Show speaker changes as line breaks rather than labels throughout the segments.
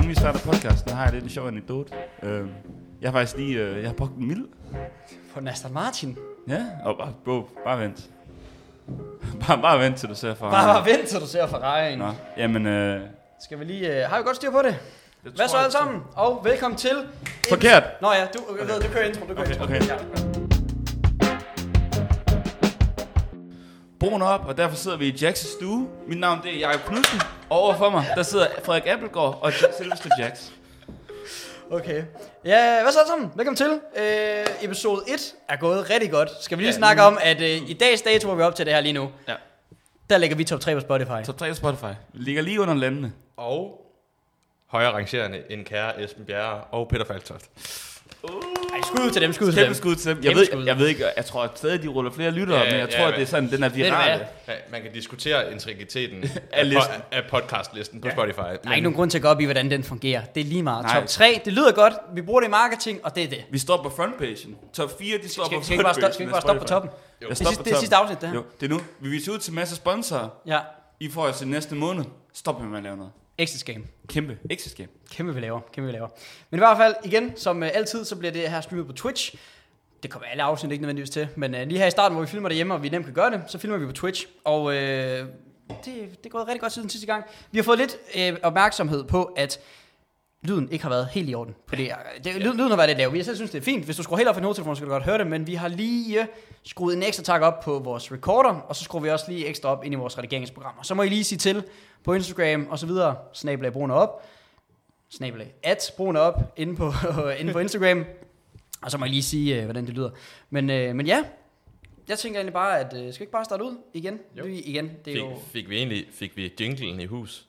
vi starter podcasten, har jeg lidt en sjov anekdote. Øh, jeg har faktisk lige, øh, jeg har brugt en mild.
På en Aston Martin.
Ja, og bare, bro, bare vent. Bare, bare vent, til du ser for
Bare, bare vent, til du ser Ferrari'en.
Nå, jamen, øh,
Skal vi lige... Øh, har vi godt styr på det? Hvad så
tror,
alle sammen? Og velkommen til... en-
Forkert.
Nå ja, du, okay, okay. du kører intro, du kører
Okay,
intro.
okay.
Ja.
broen er op, og derfor sidder vi i Jacks stue. Mit navn det er Jacob Knudsen. Og overfor mig, der sidder Frederik Appelgaard og selveste Jacks.
Okay. Ja, hvad så alle sammen? Velkommen til. Øh, episode 1 er gået rigtig godt. Skal vi lige
Ja,
snakke om, at øh, i dags dato, hvor vi op til det her lige nu,
Ja.
der lægger vi top 3 på Spotify.
Top 3 på Spotify. Vi ligger lige under landene.
Og højere rangerende end kære Esben Bjerre og Peter Faltoft.
Ej, skud ud til dem, skud ud til dem.
Kæmpe skud til dem. Jeg
Kæmpe
ved,
skud.
jeg, ved ikke, jeg tror at stadig, de ruller flere lyttere,
Ja,
men jeg
ja,
tror, at
ja.
det er sådan, den er
du
virale.
hvad?
Ja, Man kan diskutere integriteten af,
Af listen.
po- af podcastlisten på Spotify. Men
Der er ikke nogen grund til at gå op i, hvordan den fungerer. Det er lige meget.
Nej.
Top 3, det lyder godt. Vi bruger det i marketing, og det er det.
Vi står på frontpagen. Top 4, de står
Skal,
på
skal vi ikke bare stoppe,
frontpagen.
skal vi ikke bare stoppe på toppen?
Jo.
Det er sidste- det er sidste afsnit, det her.
Jo, det er nu. Vi viser ud til en masse sponsorer.
Ja,
I får os i næste måned. Stop med at lave noget.
exit game.
Kæmpe. Exit game.
Kæmpe vi laver, kæmpe vi laver. Men i hvert fald, igen, som øh, altid, så bliver det her streamet på Twitch. Det kommer alle afsnit ikke nødvendigvis til, men øh, lige her i starten, hvor vi filmer det hjemme, og vi nemt kan gøre det, så filmer vi på Twitch. Og øh, det, det er gået rigtig godt siden sidste gang. Vi har fået lidt øh, opmærksomhed på, at lyden ikke har været helt i orden. På det. Det, lyden, lyden har været lidt lav. Vi selv synes, det er fint. Hvis du skruer helt op for din hovedtelefon, så kan du godt høre det. Men vi har lige øh, skruet en ekstra tak op på vores recorder, og så skruer vi også lige ekstra op ind i vores redigeringsprogrammer. Så må I lige sige til på Instagram og så videre. Snabelag brugerne op. Snabelag at brugerne op inde på, inde på Instagram. Og så må I lige sige, øh, hvordan det lyder. Men, øh, men ja, jeg tænker egentlig bare, at øh, skal vi ikke bare starte ud igen?
Jo.
Vi, igen, det er jo,
fik, fik vi egentlig fik vi jinglen i hus.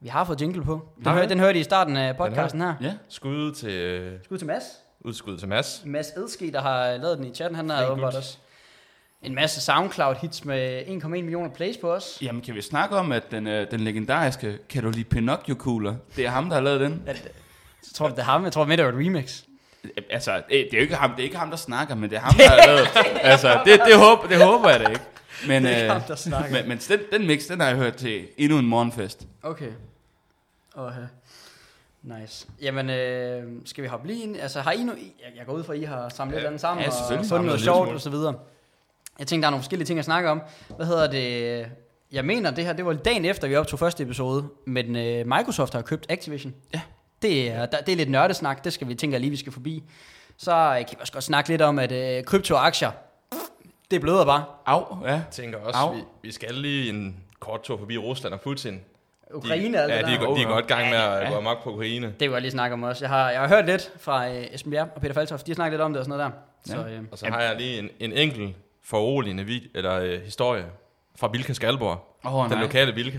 vi har fået jingle på. Den,
Har vi
hør,
det?
den hørte I i starten af podcasten her.
Ja.
Skud til øh,
Skud til Mads.
udskud til Mads.
Mads Edske, der har lavet den i chatten, han har
Flink
åbenbart
gut.
også en masse SoundCloud-hits med 1,1 millioner plays på os.
Jamen, kan vi snakke om, at den, øh, den legendariske, kan du lide Pinocchio-kugler? Det er ham, der har lavet den.
Så tror du, det er ham? Jeg tror, det er et remix.
Øh, Altså, øh, det er jo ikke ham, det er ikke ham, der snakker, men det er ham, der har lavet. Altså, det, det, håber, det håber jeg da ikke. Men,
Det er ikke
øh,
ham, der snakker.
men, men den, den mix, den har jeg hørt til endnu en morgenfest.
Okay. Åh, Nice. Jamen, øh, skal vi hoppe lige ind? Altså, har I nu... Jeg, jeg går ud fra, at I har samlet
Ja,
ja, andet sammen
ja,
og
selvfølgelig.
fundet
Samlet
noget
en
sjovt
lille
og så videre. Jeg tænkte, der er nogle forskellige ting at snakke om. Hvad hedder det? Jeg mener, det her, det var dagen efter, vi optog første episode, men øh, Microsoft har købt Activision.
Ja.
Det er, der, det er lidt nørdesnak, det skal vi tænke lige, vi skal forbi. Så øh, kan vi også godt snakke lidt om, at øh, kryptoaktier, det bløder bare.
Au, ja.
Jeg tænker også,
Au.
vi, vi skal lige en kort tur forbi Rusland og Putin. De,
Ukraine er det
ja, de, er,
der.
go- de er
Åh,
godt i gang med at gå amok på Ukraine.
Det vil jeg lige snakke om også. Jeg har, jeg har hørt lidt fra øh, Esben Bjerg og Peter Faltoft. De har snakket lidt om det og sådan noget der. Så, øh,
Og så har jeg lige en, en enkelt foruroligende vid- eller, øh, historie fra Vilka Skalborg.
Åh, oh,
den
nej.
lokale Vilka.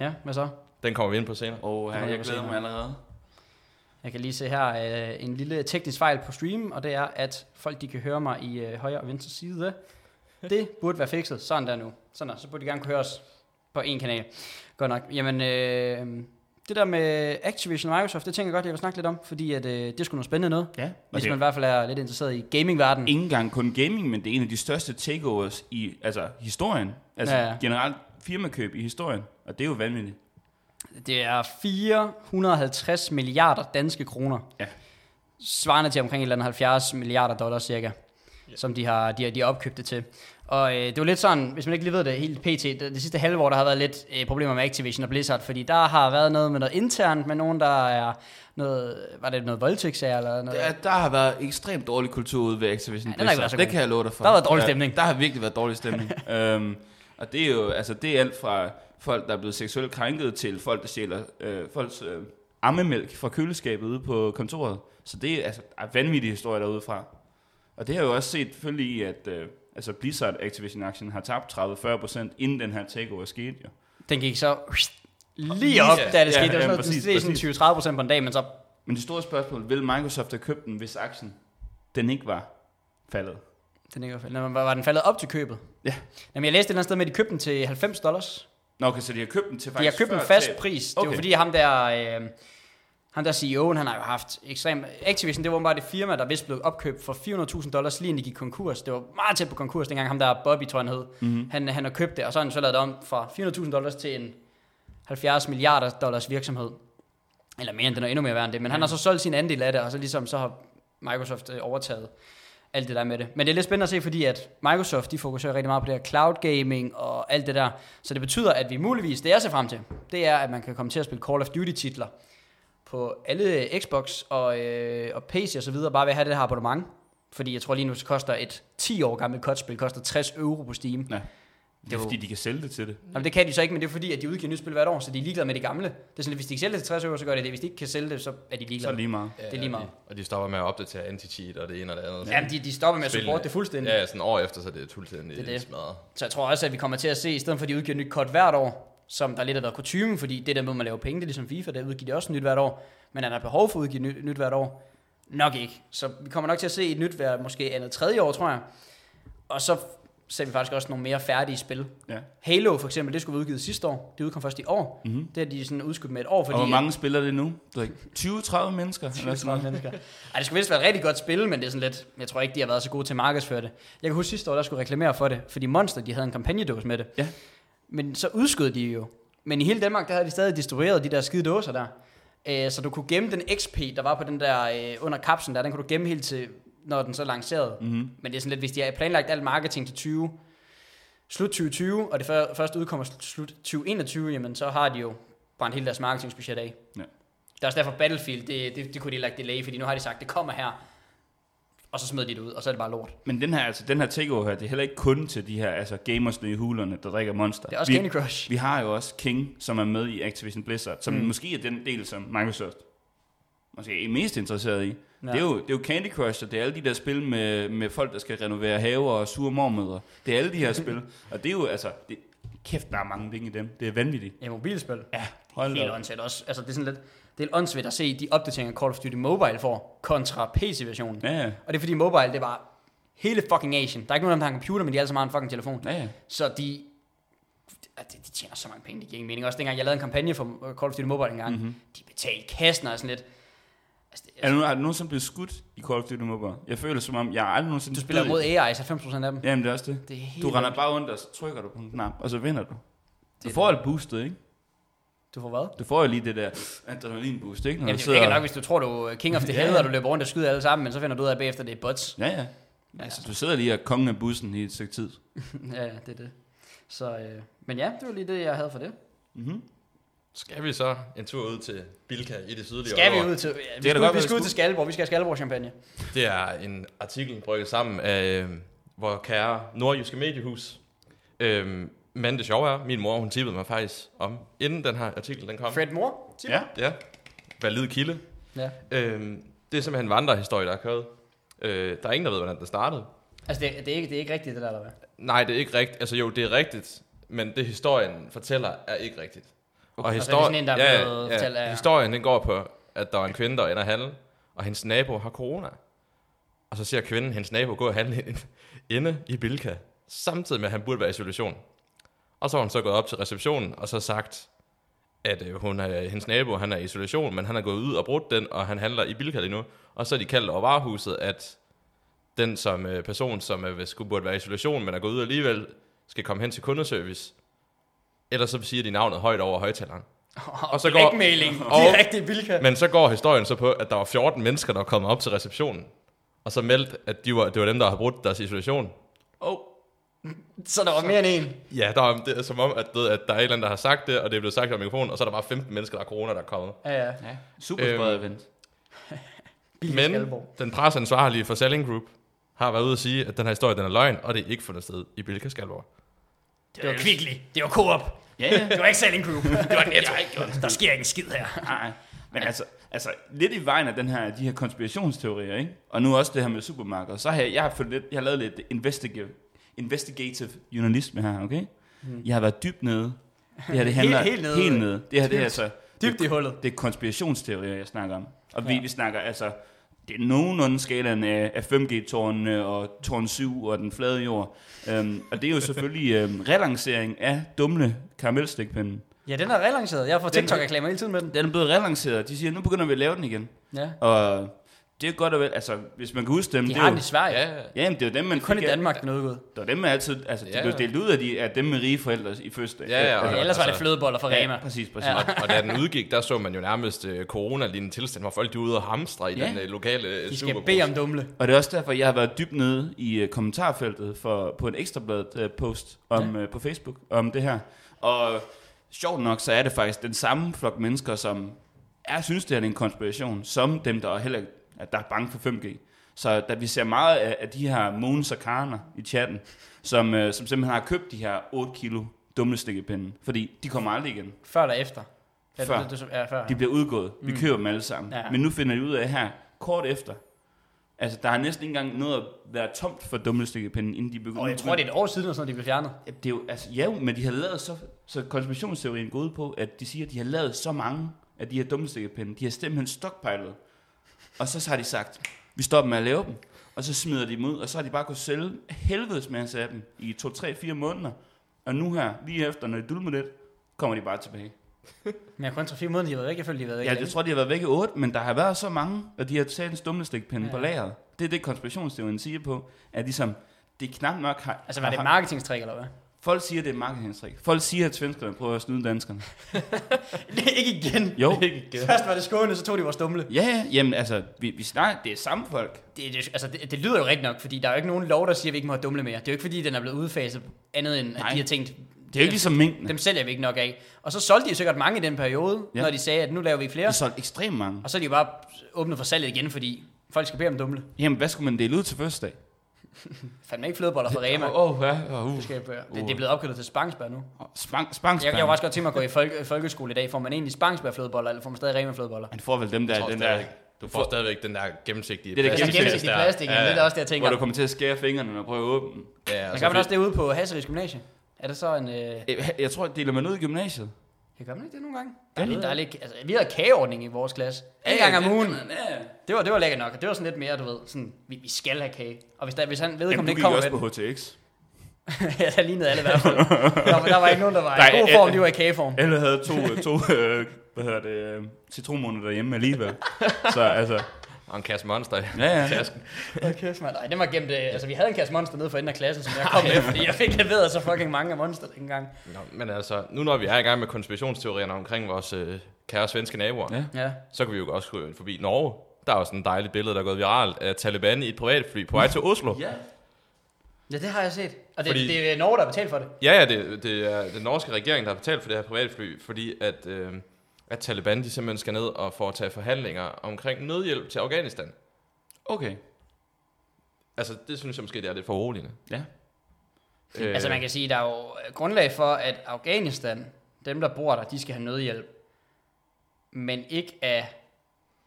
ja, hvad så?
Den kommer vi ind på senere.
Åh, oh,
Det må
jeg
vi
glæder
se.
mig allerede.
Jeg kan lige se her øh, en lille teknisk fejl på stream, og det er, at folk de kan høre mig i øh, højre og venstre side. Det burde være fikset. Sådan der nu. Sådan der. Så burde de gerne kunne høre os på en kanal. Godt nok. Jamen, øh, det der med Activision og Microsoft, det tænker jeg godt, jeg kan snakke lidt om, fordi at, øh, det skulle noget spændende noget.
Ja.
Hvis
Okay.
man i hvert fald er lidt interesseret i gamingverdenen.
Ikke engang kun gaming, men det er en af de største takeovers i altså, historien. Altså
Ja,
ja,
ja.
ja. generelt firmakøb i historien. Og det er jo vanvittigt.
Det er 450 milliarder danske kroner.
Ja.
Svarende til omkring et eller andet 70 milliarder dollar cirka, ja. som de har, de har, de har opkøbt det til. Og øh, det var lidt sådan, hvis man ikke lige ved det helt pt, det, det sidste halve år, der har været lidt øh, problemer med Activision og Blizzard, fordi der har været noget med noget internt, med nogen, der er noget, var det noget voldtægtssager eller noget?
Der, der har været ekstremt dårlig kultur ude ved Activision
Ja, den har ikke
Blizzard.
været så
det
god.
kan jeg love dig for.
Der har været dårlig
Ja,
stemning.
der har virkelig været dårlig stemning. øhm, og det er jo altså, det er alt fra folk, der er blevet seksuelt krænket, til folk, der stjæler øh, folks øh, ammemælk fra køleskabet ude på kontoret. Så det er altså der er vanvittige historier derude fra. Og det har jeg jo også set selvfølgelig i, at øh, altså Blizzard Activision Action har tabt 30-40% inden den her takeover skete. Jo.
Den gik så lige op, da det
Ja,
skete. det var
ja,
sådan, noget,
præcis,
det er sådan 20-30 procent på en dag, men så
Men det store spørgsmål, vil Microsoft have købt den, hvis aktien den ikke var faldet?
den ikke var faldet. Nå, Var var den faldet op til købet?
Ja.
Jamen, jeg læste et eller andet sted med, at de købte den til 90 dollars.
Nå, okay, så de har købt den til
De har
faktisk
købt en
før
fast
tab.
pris. Det okay. var
Okay.
fordi ham der, øh, ham der CEO'en, han har jo haft ekstrem... Activision, det var bare det firma, der vist blev opkøbt for 400.000 dollars, lige inden de gik konkurs. Det var meget tæt på konkurs dengang, ham der Bobby, tror jeg, han hed.
Mhm.
Mm-hmm. Han, han har købt det, og så har han så lavet det om fra 400.000 dollars til en 70 milliarder dollars virksomhed. Eller mere end den er endnu mere værd end det. Men
Mhm.
han har så solgt sin andel af det, og så ligesom så har Microsoft øh, overtaget alt det der med det. Men det er lidt spændende at se, fordi at Microsoft, de fokuserer rigtig meget på det her cloud gaming og alt det der. Så det betyder, at vi muligvis, det jeg ser frem til, det er, at man kan komme til at spille Call of Duty titler på alle øh, Xbox og, øh, og PC og så videre, bare ved at have det her abonnement. Fordi jeg tror lige nu, så koster et 10 år gammelt kotspil, koster 60 euro på Steam.
Ja. Det
Jo.
er fordi, de kan sælge det til det.
Jamen, det kan de så ikke, men det er fordi, at de udgiver nyt spil hvert år, så de er ligeglade med det gamle. Det er sådan, at hvis de ikke sælger det til 60 euro, så gør de det. Hvis de ikke kan sælge det, så er de
Så
ligeglade.
lige meget.
det er lige meget.
Og de stopper med at opdatere anti-cheat og det ene og det andet.
Jamen, de, de stopper med at
Spil-
supporte det fuldstændig.
Ja, sådan år efter, så er det fuldstændig
Det
det
er det.
smadret.
Så jeg tror også, at vi kommer til at se, i stedet for at de udgiver et nyt kort hvert år, som der lidt har været kutumen, fordi det der med, at man laver penge, det er ligesom FIFA, der udgiver de også nyt hvert år. Men er der behov for at udgive nyt, nyt hvert år? Nok ikke. Så vi kommer nok til at se et nyt hvert, måske andet tredje år, tror jeg. Og så ser vi faktisk også nogle mere færdige spil.
Ja.
Halo for eksempel, det skulle være udgivet sidste år. Det udkom først i år. Mm-hmm. Det har de sådan udskudt med et år. Fordi
Mhm. Og hvor mange spiller det nu? Du ved ikke, 20-30 mennesker? 20-30 eller sådan noget.
mennesker. Ej, det skulle vist være et rigtig godt spil, men det er sådan lidt, jeg tror ikke, de har været så gode til at markedsføre det. Jeg kan huske sidste år, der skulle reklamere for det, fordi Monster, de havde en kampagnedås med det.
Ja.
Men så udskød de jo. Men i hele Danmark, der havde de stadig distribueret de der skide dåser der. Øh, Så du kunne gemme den XP, der var på den der øh, under kapslen der, den kunne du gemme helt til, når den så lancerede.
Mhm.
Mm-hmm. Men det er sådan lidt, hvis de har planlagt alt marketing til 20, slut 2020, og det før- først udkommer sl- slut 2021, jamen så har de jo brændt hele deres marketingbudget af.
Ja.
Det er også derfor Battlefield, det, det, det kunne de have lagt delay, fordi nu har de sagt, det kommer her, og så smed de det ud, og så er det bare lort.
Men den her, altså, den her takeover her, det er heller ikke kun til de her altså, gamersne i hulerne, der drikker monster.
Det er også
vi,
Candy Crush.
Vi har jo også King, som er med i Activision Blizzard, som mm. måske er den del, som Microsoft måske er mest interesseret i. Ja. Det, er jo, det er jo Candy Crush, og det er alle de der spil med, med folk, der skal renovere haver og sure mormødre. Det er alle de her spil, og det er jo altså... Det, kæft, der er mange penge i dem. Det er vanvittigt.
Ja, mobilspil.
Ja, hold
Helt
da op.
åndssvagt også. Altså, det er sådan lidt, det er åndssvagt at se de opdateringer, Call of Duty Mobile får, kontra PC-versionen.
Ja, ja.
Og det er fordi Mobile, det er bare hele fucking Asien. Der er ikke nogen, af dem, der har en computer, men de alle sammen har en fucking telefon.
ja, ja.
Så de, at de, de tjener så mange penge, det giver ingen mening. Også dengang jeg lavede en kampagne for øh, Call of Duty Mobile engang, mm-hmm. de betalte kassen og sådan lidt. Altså, det,
Mhm. Er der, nogen- er der nogen, som bliver skudt i Call of Duty Mobile? Jeg føler som om, jeg har aldrig nogensinde
altså, du spiller
død i-
mod AI, så 90% af dem.
Jamen, det er også det.
Det er helt
Du render
vildt.
bare rundt, og så trykker du på en knap, og så vinder du. Du
er
får et boostet, ikke?
Du får hvad?
Du får jo lige det der adrenalinboost, ikke? Når
Jamen,
du
det er ikke nok, hvis du tror, du er king of the
Ja,
hill,
ja.
og du løber rundt og skyder alle sammen, men så finder du ud af, at bagefter det er bots.
Ja, ja. Altså, du sidder lige og er kongen af bussen i et stykke tid.
ja, ja, det er det. Så, øh, men ja, det var lige det, jeg havde for det.
Skal vi så en tur ud til Bilka i det sydlige
Skal
Aalborg?
vi ud til... Ja, vi,
da
skal,
godt,
ud- vi
vi
skal ud
skulle.
til Skalborg. Vi skal have Skalborg-champagne.
Det er en artikel brygget sammen af øh, vores kære nordjyske mediehus. Øhm, men det sjove er, min mor hun tippede mig faktisk om, inden den her artikel den kom.
Fred Moore? Tim?
Ja.
Ja, valid kilde.
ja.
Øhm, det er simpelthen en vandrehistorie, der er kørt. Øh, der er ingen, der ved, hvordan den startede.
Altså, det, det, er ikke, det er ikke rigtigt, det der, eller hvad?
Nej, det er ikke rigtigt. Altså jo, det er rigtigt, men det historien fortæller er ikke rigtigt. Okay. Og
Altså, det er sådan en, der er blevet fortalt af-
historien den går på, at der er en kvinde, der ender at handle, og hendes nabo har corona. Og så ser kvinden hendes nabo gå og handle ind- inde i Bilka, samtidig med, at han burde være i isolation. Og så har hun så gået op til receptionen, og så sagt, at øh, hun er, hendes nabo han er i isolation, men han er gået ud og brudt den, og han handler i Bilka lige nu. Og så er de kaldt over varehuset, at den som øh, person, som øh, hvis- skulle burde være i isolation, men er gået ud alligevel, skal komme hen til kundeservice. Ellers så siger de navnet højt over højtaleren.
Og
så
så
går-
går... Blackmailing.
Og-
Direkte i Bilka.
Men så går historien så på, at der var 14 mennesker, der kom op til receptionen, og så meldte, at de var, det var dem, der havde brudt deres isolation.
Oh.
Så der var mere end en.
Ja, der er, det er som om, at, du ved, at der er en eller anden, der har sagt det, og det er blevet sagt over mikrofonen, og så er der bare 15 mennesker, der har corona, der er kommet.
Ja, ja.
Ja. Super øhm. event.
Bilka
Men
Skalborg.
den presansvarlige for Selling Group har været ude at sige, at den her historie den er løgn, og det er ikke fundet sted i Bilka Skalborg.
Det var Kvickly. Det var Coop.
Ja, ja.
Det var ikke Selling Group. Det var Netto. Der sker ikke en skid her.
Nej, men altså, altså lidt i vejen af den her, de her konspirationsteorier, ikke? og nu også det her med supermarkeder, så har jeg, jeg, har fået lidt, jeg har lavet lidt investigative, investigative journalisme her, okay? Mm. Jeg har været dybt nede. Det her, det handler
Hmm. helt nede.
Helt nede. Det her, det er altså...
Dybt i
det,
hullet.
det er konspirationsteorier, jeg snakker om. Og vi, ja. vi snakker altså... Det er nogenlunde skalaen af, af 5G-tårnene og tårn 7 og den flade jord. Um, og det er jo selvfølgelig um, relancering af dumle karamelstikpinden.
Ja, den er relanceret. Jeg får TikTok-reklamer hele tiden med den.
Den er blevet relanceret, og de siger, nu begynder vi at lave den igen.
Ja.
Og det er godt og vel, altså hvis man kan huske dem,
De
det
har
er
den
jo,
i Sverige.
Ja,
ja, jamen, det er jo dem, man
Kun i
fik-
Danmark, den er udgået.
Det var dem, man altid, altså de
Ja.
blev delt ud af, de, af dem med rige forældre i første dag.
Ja, ja,
altså,
Ja, ellers var det
altså-
flødeboller fra Rema.
ja, præcis, præcis.
Ja.
Ja.
og da den udgik, der så man jo nærmest øh, corona-lignende tilstand, hvor folk de var ude og hamstre i
Ja.
den øh, lokale øh,
De skal
Superbrugsen.
bede om dumle.
Og det er også derfor, jeg har været dybt nede i øh, kommentarfeltet for, på en ekstrabladet øh, post om, øh, på Facebook om det her. Og sjovt nok, så er det faktisk den samme flok mennesker, som er, synes, det her er en konspiration, som dem, der er, heller, ikke- at der er bange for 5G. Så da vi ser meget af, af de her Mogens og Karner i chatten, som, øh, som simpelthen har købt de her 8 kilo dumme stikkepinde, fordi de kommer aldrig igen.
Før eller efter? Ja,
Før.
Det, det, det, ja, før.
De bliver udgået. Vi køber dem alle sammen.
Mm. Ja.
Ja. Men nu finder de ud af her, kort efter, altså der har næsten ikke engang noget at være tomt for dummelstikkepinde, inden de begynder.
Og jeg tror, det er et år siden, eller sådan, noget, de blev fjernet.
Ja, det er jo, altså, ja, men de har lavet så, så konspirationsteorien går ud på, at de siger, at de har lavet så mange af de her dummelstikkepinde. De har simpelthen stockpilet. Og så har de sagt, vi stopper med at lave dem. Og så smider de dem ud, og så har de bare kunnet sælge helvedes masse af dem i 2, 3, 4 måneder. Og nu her, lige efter, når det dulmer lidt, kommer de bare tilbage.
Men jeg har kun 3-4 måneder, de har været væk. Jeg føler, de har været væk.
Ja,
længe.
jeg tror, de har været væk i 8, men der har været så mange, og de har taget en stumlestikpinde
Ja.
ja. på lageret. Det er det, konspirationsteorien siger på, at ligesom, det er knap nok har...
Altså, var det et
har,
marketingstrik, eller hvad?
Folk siger, det er et marketingstrik. Folk siger, at svenskerne prøver at snyde danskerne.
ikke igen.
Jo.
Først var det Skåne, så tog de vores dumle.
Ja, ja, jamen altså, vi, vi snakker, det er samme folk.
Det, det, altså, det, det, lyder jo rigtigt nok, fordi der er jo ikke nogen lov, der siger, at vi ikke må have dumle mere. Det er jo ikke, fordi den er blevet udfaset andet, end at
Nej.
de har tænkt,
Det er jo ikke ligesom minkene.
dem sælger vi ikke nok af. Og så solgte de jo sikkert mange i den periode, ja.
Ja.
når de sagde, at nu laver vi ikke flere.
Det er solgt ekstremt mange.
Og så er de jo bare åbnet for salget igen, fordi folk skal bede om dumle.
Jamen, hvad skulle man dele ud til første dag?
Fandt man ikke flødeboller fra Rema?
Åh, oh, ja, uh.
Det, skal jeg bære. det, det er blevet opkaldt til Spangsberg nu.
Spang, spang,
Jeg, jeg kunne også godt tænke mig at gå i folke, folkeskole i dag. Får man egentlig Spangsberg-flødeboller, eller får man stadig Rema-flødeboller?
Han får vel dem
Jeg
der,
tror
den der,
stadigvæk- Du får stadigvæk den der gennemsigtige
Det er der
Altså gennemsigtig plastik, ja,
ja,
det er da også det, jeg
hvor
tænker.
du kommer til at skære fingrene, når du prøver at åbne den.
ja, ja,
Men
så
gør man
fik-
også det ude på Hasseris Gymnasie? Er det så en... Øh... Ja,
Øh, Jeg tror, deler man ud i gymnasiet.
gør man ikke det nogle gange?
Ja,
Der er lidt,
det-
der er lidt, altså, vi havde kageordning i vores klasse. En gang om ugen.
Ja.
Det var, det var lækkert nok, og det var sådan lidt mere, du ved, sådan, vi, vi skal have kage. Og hvis, der, hvis han
Jamen,
vedkommende
du
ikke
gik
kommer
også
med
på HTX.
den, ja, der lignede alle i hvert fald. Der, der, var ikke nogen, der var
Nej,
i god
øh,
form,
øh,
de var i kageform.
Alle havde to, to øh, hvad hedder det, øh, citronmåneder derhjemme alligevel. Så altså,
Og en kasse monster.
ja, ja.
Hold kæft, mand. Ej, den var gemt, øh, altså vi havde en kasse monster nede for enden af klassen, som jeg kom med, fordi jeg fik leveret så fucking mange af monster dengang.
Nå, men altså, nu når vi er i gang med konspirationsteorierne omkring vores øh, kære svenske naboer,
Ja.
Ja.
så kan vi jo også gå forbi Norge. Der er også sådan et dejligt billede, der er gået viralt af Taliban i et privatfly på vej til Oslo.
ja.
Ja, det har jeg set. Og det,
Fordi-
det er Norge, der har betalt for det.
Ja, ja, det, det er den norske regering, der har betalt for det her privatfly, fordi at, øh, at Taliban de simpelthen skal ned og foretage forhandlinger omkring nødhjælp til Afghanistan.
Okay.
Altså, det synes jeg måske, det er lidt for roligende.
Ja.
Øh,
Altså man kan sige, der er jo grundlag for, at Afghanistan, dem der bor der, de skal have nødhjælp. Men ikke at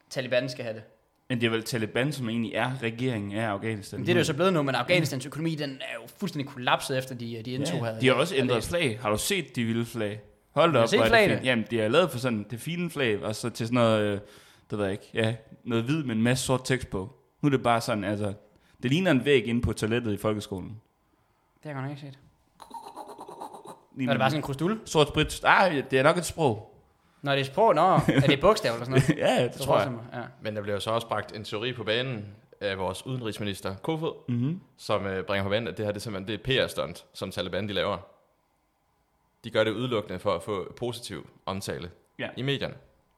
Taliban skal have det.
Men det er vel Taliban, som egentlig er regeringen af Afghanistan.
Men det er det jo så blevet nu, men Afghanistans økonomi, den er jo fuldstændig kollapset efter de, de indtog her.
ja. De har også ændret flag. Har du set de vilde flag? Hold da
Har du
op,
set
hvor er det
flagene?
fint. Jamen, de har lavet for sådan det fine flag, og så til sådan noget, øh, det ved jeg ikke, ja, noget hvid med en masse sort tekst på. Nu er det bare sådan, altså, det ligner en væg inde på toilettet i folkeskolen.
Det har jeg godt nok ikke set.
Lige
Var det bare
med
sådan en krusdul?
Sort sprit. Ah, det er nok et sprog.
Når det er sprog, nå, er det bogstav eller sådan noget?
ja, det
Så
tror jeg.
forestiller mig, Ja.
Øh, Men der bliver jo så også bragt en teori på banen af vores udenrigsminister Kofod,
Mm-hmm.
som øh, bringer på banen, at det her det er simpelthen det er PR-stunt, som Taliban de laver. De gør det udelukkende for at få positiv omtale
Ja.
i medierne.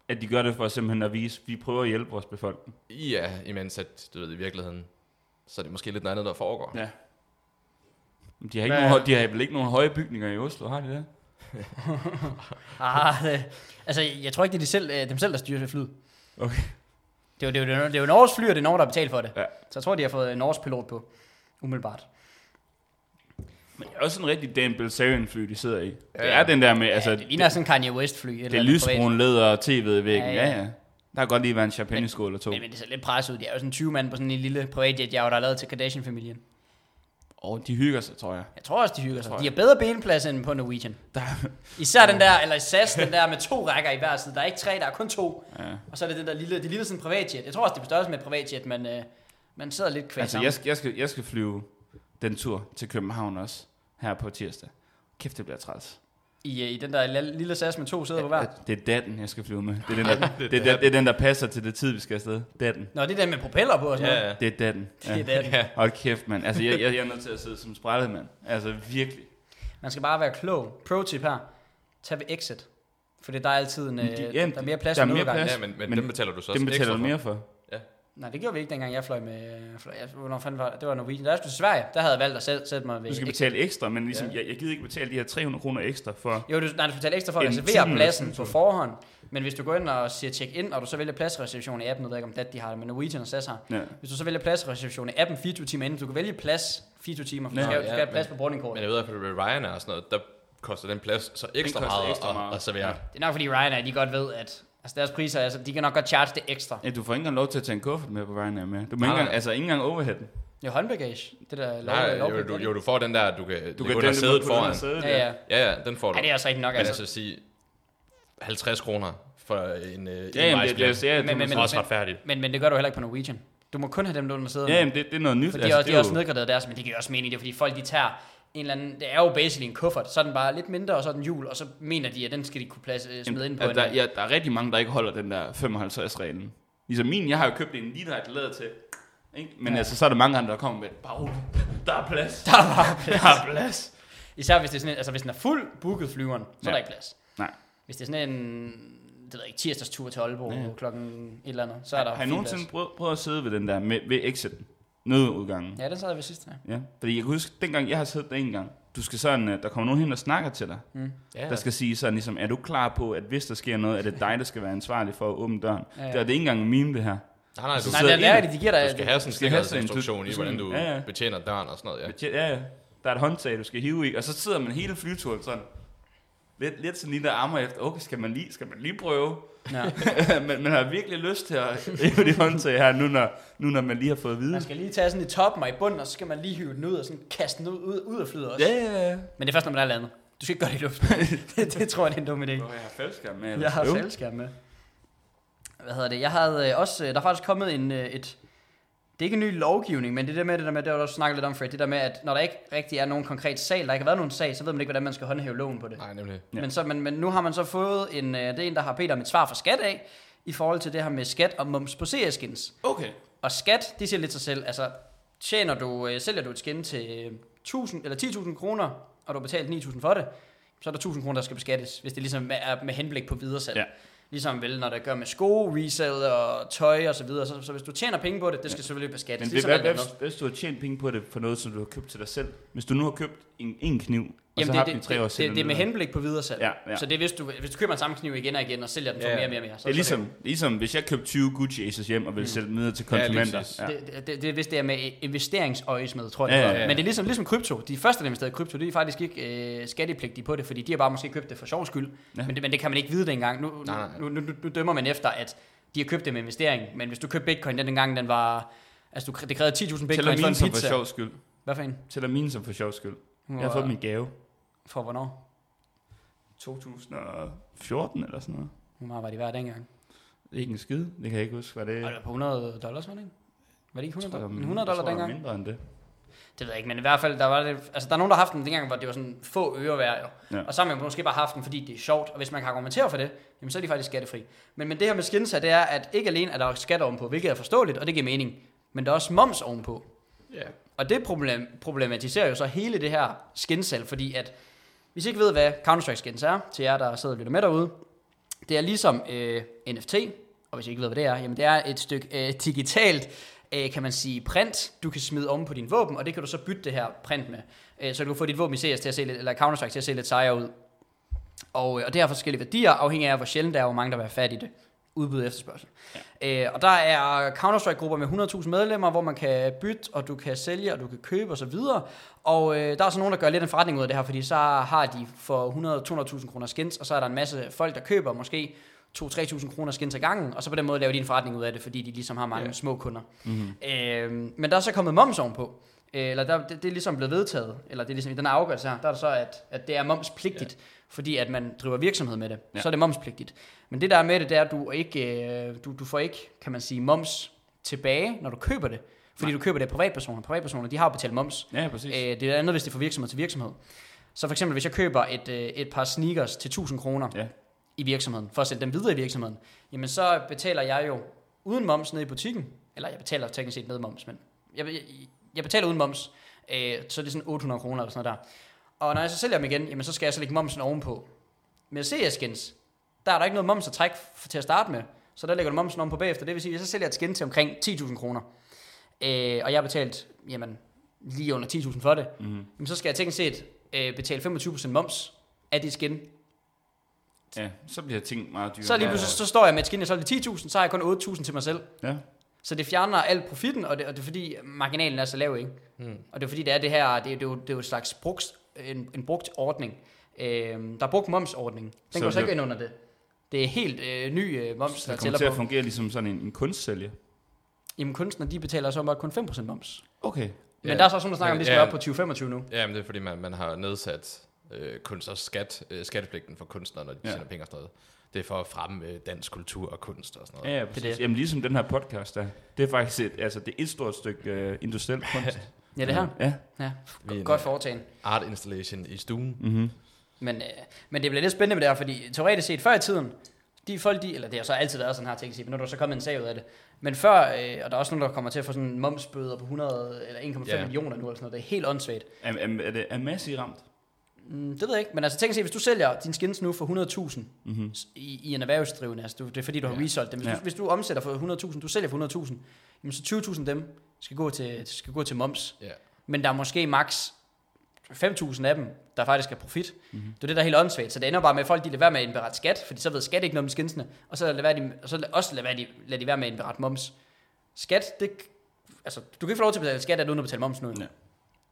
At de gør det for simpelthen at vise, at vi prøver at hjælpe vores befolkning.
Ja, imens at, du ved, i virkeligheden, så er det måske lidt noget andet, der foregår.
Ja. De har, ikke nogen,
Hvad-
hø- de har vel ikke nogen høje bygninger i Oslo, har de det?
Ah, det, altså, jeg tror ikke, det er de selv, øh, dem selv, der styrer det flyet.
Okay.
Det er, jo, det, er, jo- det, er, jo- det er jo Norges fly, og det er Norge, der har betalt for det.
Ja.
Så jeg tror, de har fået en Norges pilot på, umiddelbart.
Men det er også en rigtig Dan Bilzerian fly, de sidder i. Det
Ja, ja.
er den der med, altså,
ja, det ligner sådan en Kanye West-fly. et
det
eller
er
andet privat.
lysbrun læder og tv i væggen.
Ja,
Ja,
ja.
ja. Der kan godt lige være en champagneskål eller to.
Men, men det ser lidt presset ud. De er jo sådan 20 mand på sådan en lille privatjet, jeg der er lavet til Kardashian-familien.
Og de hygger sig, tror jeg.
Jeg tror også, de hygger sig.
tror jeg.
De har bedre benplads end på Norwegian.
Der,
Især den der, eller SAS, den der med to rækker i hver side. Der er ikke tre, der er kun to.
ja.
Og så er det den der lille, det ligner sådan en privatjet. Jeg tror også, det er på størrelse med et privatjet, men øh, man sidder lidt kvæl
Altså, jeg skal, jeg, skal, jeg skal flyve den tur til København også, her på tirsdag. Kæft, det bliver træls.
i, øh, i den der la- lille sas med to sæder på hver.
Det er datten, jeg skal flyve med. Det er den, der, det er, den- det er den, der passer til det tid, vi skal afsted. Datten.
Nå, det der med propeller på og sådan noget.
Ja, ja.
Det er datten.
Det er datten.
ja.
Hold kæft, mand. Altså, jeg, jeg, jeg er nødt til at sidde som sprættet, mand. Altså, virkelig.
Man skal bare være klog. Pro tip her. Tag ved exit. For det er der er altid en, øh,
Men de- ja,
der er mere plads
der er
end
mere
udgang.
plads.
ja men, men,
Altså, Men
dem betaler du så
Dem
også
betaler
ekstra
du
for.
mere for.
Nej, det gjorde vi ikke, dengang jeg fløj med... øh, Fløj, jeg, hvornår fanden var det? Det var Norwegian. Da jeg skulle til Sverige, der havde jeg valgt at sætte, sætte mig ved...
Du skal
exit.
betale ekstra, men ligesom, jeg, jeg gider ikke betale de her 300 kroner ekstra for...
Jo, du, nej, du skal betale ekstra for at
En
reservere
time
pladsen
eller
på
sådan
forhånd. Men hvis du går ind og siger check in, og du så vælger pladsreservation i appen, nu ved jeg ikke om det de har det, men Norwegian og SAS har.
Ja.
Hvis du så vælger pladsreservation i appen 24 timer inden, du kan vælge plads 24 timer, for
Nå,
du skal, du
ja,
skal have plads på
men-
boardingkortet.
Men jeg ved, at ved Ryanair og sådan noget, der koster den plads så ekstra
koster
meget,
ekstra
at-
meget.
at servere.
Ja.
Det er nok fordi Ryanair, de godt ved, at altså deres priser, altså, de kan nok godt charge det ekstra.
Ja, du får ikke engang lov til at tage en kuffert med på vejen af med. Du må
Nej,
ikke engang,
nej.
altså ikke engang overheaden.
Jo, håndbagage, det der lov,
Nej,
lov,
jo, du, jo, du får den der, du kan,
Du
du kan
den,
under
må
sædet
putte under
foran.
sædet,
Ja, ja.
Ja, ja, den får du.
Ej, det er altså ikke nok,
Men
altså.
altså sige 50 kroner for en øh,
Ja, jamen, det, det,
envejsbillet.
det, ja,
Men-
men, men,
Det
men,
er også retfærdigt.
Men, men det gør du heller ikke på Norwegian. Du må kun have dem, der er under sædet.
ja, jamen, det, det er noget nyt.
For de, altså, også,
det
de
er
har også
jo-
nedgraderet deres, men det giver også mening, det er, fordi folk de tager en eller anden, det er jo basically en kuffert, så er den bare lidt mindre, og så er den hjul, og så mener de, at den skal de kunne plads, øh, smide ind på.
at
en,
altså, der, ja, der er rigtig mange, der ikke holder den der 55-reglen. Ligesom min, jeg har jo købt en lige der lader til. Ikke? Men
Ja.
ja. altså, så er der mange andre, der kommer med, bare rolig, der er plads.
der er bare
Der
plads.
er plads.
Især hvis, det er sådan en, altså, hvis den er fuld booket flyveren, så ja. er
Ja.
der ikke plads.
Nej.
Hvis det er sådan en det ved jeg ikke, tirsdagstur til Aalborg ja.
Ja.
klokken et eller andet, så er der
Har jeg
fin
nogensinde prøvet, prøvet at sidde ved den der med, ved exiten? Nødudgangen.
plads. Ja, den sad jeg ved sidste gang.
Ja. Fordi jeg kan huske, dengang jeg har siddet der en gang, du skal sådan, øh, der kommer nogen hen og snakker til dig.
Mm.
Ja,
Ja. Der skal sige sådan ligesom, er du klar på, at hvis der sker noget, er det dig, der skal være ansvarlig for at åbne døren? Ja,
Ja, ja.
ja. Det er det er ikke engang en meme, det her.
nej, nej, du,
Nej,
sidder
det er
en-
rigtigt, de giver dig...
du skal have sådan en
skal have sådan en-
sikkerhedsinstruktion i,
du-
hvordan du
ja, ja.
betjener døren og sådan noget. Ja.
Ja. ja, ja. Der er et håndtag, du skal hive i, og så sidder man hele flyturen sådan. Lidt, lidt sådan lige der armer efter, okay, skal man lige, skal man lige prøve?
ja.
men man har virkelig lyst til at hive det håndtag her, nu når, nu når man lige har fået viden.
Man skal lige tage sådan i toppen og i bunden, og så skal man lige hive den ud og sådan kaste den ud, ud, ud af flyet også.
Ja, ja, ja.
Men det er først, når man er landet. Du skal ikke gøre det i luften. det, det, tror jeg, det er en dum idé.
Hvor jeg har faldskærm med. eller?
Jeg har
Jo.
selskab med. Hvad hedder det? Jeg havde øh, også, øh, der er faktisk kommet en, øh, et, det er ikke en ny lovgivning, men det der med, det der med, det var du også snakket lidt om, Fred, det der med, at når der ikke rigtig er nogen konkret sag, der ikke har været nogen sag, så ved man ikke, hvordan man skal håndhæve loven på det.
Nej, nemlig.
Ja.
Men, så, men, men nu har man så fået en, øh, det er en, der har bedt om et svar fra skat af, i forhold til det her med skat og moms på serieskins.
Okay.
Og skat, det siger lidt sig selv. Altså, tjener du, øh, sælger du et skin til øh, 1000 eller 10.000 kroner, og du har betalt 9.000 for det, så er der 1.000 kroner, der skal beskattes, hvis det ligesom er med henblik på videresalg.
Ja.
Ligesom vel, når der gør med sko, resale og tøj og så videre. Så, så hvis du tjener penge på det, det skal selvfølgelig
Men
beskattes.
det,
ligesom
hvad,
alt
hvad,
andet.
hvis, hvis du har tjent penge på det for noget, som du har købt til dig selv? Hvis du nu har købt en, en kniv, og så
Jamen,
har
det,
den i
det,
tre år
det, det, det, er med henblik på videresalg.
Ja, ja.
Så det er, hvis du, hvis du køber en samme kniv igen og igen, og sælger den for
Ja,
mere
ja.
og mere og mere. Så,
Det er
så
ligesom, ligesom hvis jeg købte 20 Gucci Aces hjem og ville sælge dem videre til konsumenter.
præcis.
Ja,
Det, det, det, det er vist det er med investeringsøjesmed, tror jeg.
Ja,
det
ja,
hedder.
ja.
Men det er ligesom, ligesom krypto. De første, der investerede i krypto, de er faktisk ikke øh, skattepligtige på det, fordi de har bare måske købt det for sjov skyld. Ja.
Ja.
Men, det, men det kan man ikke vide dengang. Nu,
Nej, nej.
Nu, nu, nu, nu dømmer man efter, at de har købt det med investering. Men hvis du købte bitcoin den dengang, den var... Altså, du, kræ- det krævede
Tæller
10.000 bitcoin for en
mine som for
pizza.
sjov skyld.
Hvad for en?
Tæller mine som for sjov skyld.
Hun
Jeg har
var-
fået min gave.
For hvornår?
2014 eller sådan noget.
Hvor meget var de værd dengang?
Det er ikke en skid. Det kan jeg ikke huske, hvad det
Var
er.
det på 100 dollars, var det ikke? Var det ikke 100,
Jeg Øh. tror,
dollars?
der-
100
jeg tror,
dollar
der er
dengang?
mindre end det.
Det ved jeg ikke, men i hvert fald, der var det, altså der er nogen, der har haft den dengang, hvor det var sådan få øre værd, jo. Ja.
Ja.
Og så har man måske bare haft den, fordi det er sjovt, og hvis man kan argumentere for det, jamen så er de faktisk skattefri. Men, men det her med skinsa, det er, at ikke alene er der også skat ovenpå, hvilket er forståeligt, og det giver mening, men der er også moms ovenpå.
Ja.
Og det problem, problematiserer jo så hele det her skinsal, fordi at, hvis I ikke ved, hvad Counter-Strike skins er, til jer, der sidder og lytter med derude, det er ligesom øh, NFT, og hvis I ikke ved, hvad det er, jamen det er et stykke øh, digitalt, øh, kan man sige, print, du kan smide om på din våben, og det kan du så bytte det her print med. Øh, så du kan få dit våben i CS til at se lidt, eller Counter-Strike til at se lidt sejere ud. Og, øh, og det har forskellige værdier, afhængig af, hvor sjældent der er, og hvor mange der vil have fat i det. Udbud og efterspørgsel. Ja. Øh, og der er Counter-Strike-grupper med 100.000 medlemmer, hvor man kan bytte, og du kan sælge, og du kan købe osv. Og, så videre. og øh, der er så nogen, der gør lidt en forretning ud af det her, fordi så har de for 100-200.000 kroner skins, og så er der en masse folk, der køber måske 2-3.000 kroner skins ad gangen, og så på den måde laver de en forretning ud af det, fordi de ligesom har mange
Ja.
små kunder. Mm-hmm. Øh, men der er så kommet moms ovenpå. Øh, eller der, det, det er ligesom blevet vedtaget, eller det er ligesom i den her afgørelse her, der er det så, at, at det er momspligtigt, ja. fordi at man driver virksomhed med det, ja.
Ja.
så er det momspligtigt. Men det der er med det, det er, at du, ikke, øh, du, du får ikke, kan man sige, moms tilbage, når du køber det, fordi Nej. du køber Øh, det af privatpersoner. Privatpersoner, de har jo betalt moms.
Ja, præcis.
Øh, det er andet, hvis det er fra virksomhed til virksomhed. Så for eksempel, hvis jeg køber et, øh, et par sneakers til 1000 kroner
Ja.
i virksomheden, for at sælge dem videre i virksomheden, jamen så betaler jeg jo uden moms ned i butikken, eller jeg betaler teknisk set med moms, men jeg, jeg, jeg betaler uden moms, øh, så er det sådan 800 kroner eller sådan noget der. Og når jeg så sælger dem igen, jamen så skal jeg så lægge momsen ovenpå. Med CS-skins, der er der ikke noget moms at trække f- til at starte med, så der lægger du momsen ovenpå bagefter. Det vil sige, at så sælger jeg et skin til omkring 10.000 kroner, øh, og jeg har betalt, jamen, lige under 10.000 for det,
Mm-hmm.
jamen, så skal jeg teknisk set øh, betale 25% moms af det skin.
Ja, så bliver ting meget dyre.
Så lige pludselig så står jeg med et skin, jeg solgte i 10.000, så har jeg kun 8.000 til mig selv.
Ja.
Så det fjerner al profitten, og det, og det er fordi marginalen er så lav, ikke?
Hmm.
Og det er fordi, det er det her, det, er- det, er, jo, det er jo et slags brugt, en, en brugt ordning. Øhm, der er brugt momsordning. Den
Så
går så
det-
ikke ind under det. Det er helt øh, ny øh, moms,
Så
der
det kommer til
tæller
at
på.
fungere ligesom sådan en, en kunstsælger.
Jamen kunstnere, de betaler så bare kun 5% moms.
Okay.
Men
Ja.
der er så også nogen, der snakker om, at
Men-
det skal
ja.
være op på 20-25 nu.
Ja, men det er fordi, man, man har nedsat øh, kunstners skat, øh, skattepligten for kunstnere, når de
Ja.
ja. tjener penge og sådan noget. Det er for at fremme øh, dansk kultur og kunst og sådan noget.
Ja, ja, præcis.
det.
Jamen ligesom den her podcast der. Det er faktisk et, altså, det er et stort stykke øh, industriel kunst.
Ja, det her.
Ja.
Ja.
Vi er en-
Godt foretagende.
Art installation i stuen.
Mm-hmm.
Men, øh, men det bliver lidt spændende med det her, fordi teoretisk set før i tiden, de folk, de, eller det har så altid været sådan her ting, men nu er der så kommet en sag ud af det. Men før, øh, og der er også nogen, der kommer til at få sådan en momsbøder på 100 eller 1,5
Ja.
millioner nu, eller sådan noget. det er helt åndssvagt.
Er, er, er, det, er Massi ramt?
Mm, det ved jeg ikke, men altså tænk sig, hvis du sælger din skins nu for 100.000
Mm-hmm.
s- i, i en erhvervsdrivende, altså du, det er fordi, du har
Ja.
resolgt dem. Hvis,
Ja.
du, hvis du omsætter for 100.000, du sælger for 100.000, jamen så 20.000 af dem skal gå til, skal gå til moms.
Ja.
men der er måske maks 5.000 af dem, der faktisk er profit.
Mhm.
Mm-hmm. Det er det, der er helt åndssvagt. Så det ender bare med, at folk de lader være med at indberette skat, fordi så ved skat ikke noget om skinsene, og så, lader være, de, og så lader- også lader, være, de, lader de være med at indberette moms. Skat, det, altså, du kan ikke få lov til at betale skat, at uden at betale moms nu.
Ja.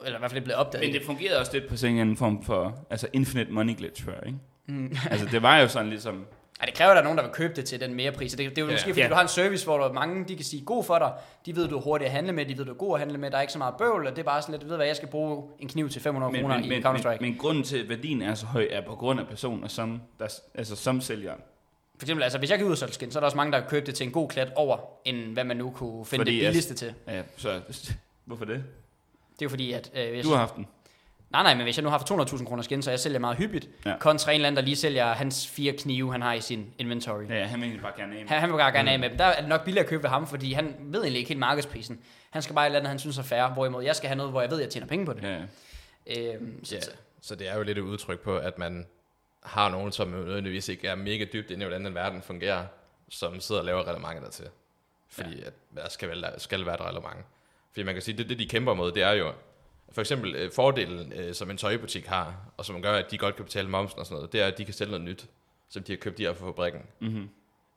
Eller i hvert fald ikke blevet opdaget.
Men det fungerede også lidt på sådan en anden form for altså infinite money glitch før, ikke?
Mm.
altså det var jo sådan ligesom...
Ej, det kræver, at der er nogen, der vil købe det til den mere pris. Det, det er jo
Ja.
måske, fordi
Ja.
du har en service, hvor der er mange, de kan sige god for dig. De ved, du er hurtig at handle med, de ved, du er god at handle med. Der er ikke så meget bøvl, og det er bare sådan lidt, du ved hvad, jeg skal bruge en kniv til 500
Men,
kroner
men,
i
men,
Counter-Strike.
men, men grunden til, at værdien er så høj, er på grund af personer, som, der, s- altså, som sælger.
For eksempel, altså, hvis jeg kan udsolgt skin, så er der også mange, der kan købe det til en god klat over, end hvad man nu kunne finde
Fordi,
fordi, det billigste til.
Ja, så hvorfor det?
Det er jo fordi, at... Øh, hvis,
Du har haft den.
Nej, nej, men hvis jeg nu har for 200.000 kroner skin, så jeg sælger meget hyppigt,
Ja.
ja. kontra en eller anden, der lige sælger hans fire knive, han har i sin inventory. Ja.
Ja, han vil egentlig bare gerne af med.
Han, han vil bare gerne af med dem. Der er det nok billigere at købe ved ham, fordi han ved egentlig ikke helt markedsprisen. Han skal bare et eller andet, han synes er fair, hvorimod jeg skal have noget, hvor jeg ved, jeg tjener penge på det.
Ja, ja.
Ja. Øhm, så,
Ja,
yeah.
så det er jo lidt et udtryk på, at man har nogen, som nødvendigvis ikke er mega dybt inde i, hvordan den verden fungerer, som sidder og laver relevanter dertil. Fordi ja. at der skal, vel- skal være et relevant. Fordi man kan sige, det, det de kæmper mod, det er jo for eksempel øh, fordelen, øh, som en tøjbutik har, og som gør, at de godt kan betale momsen og sådan noget, det er, at de kan sælge noget nyt, som de har købt direkte fra fabrikken.
Mhm.
Mm-hmm.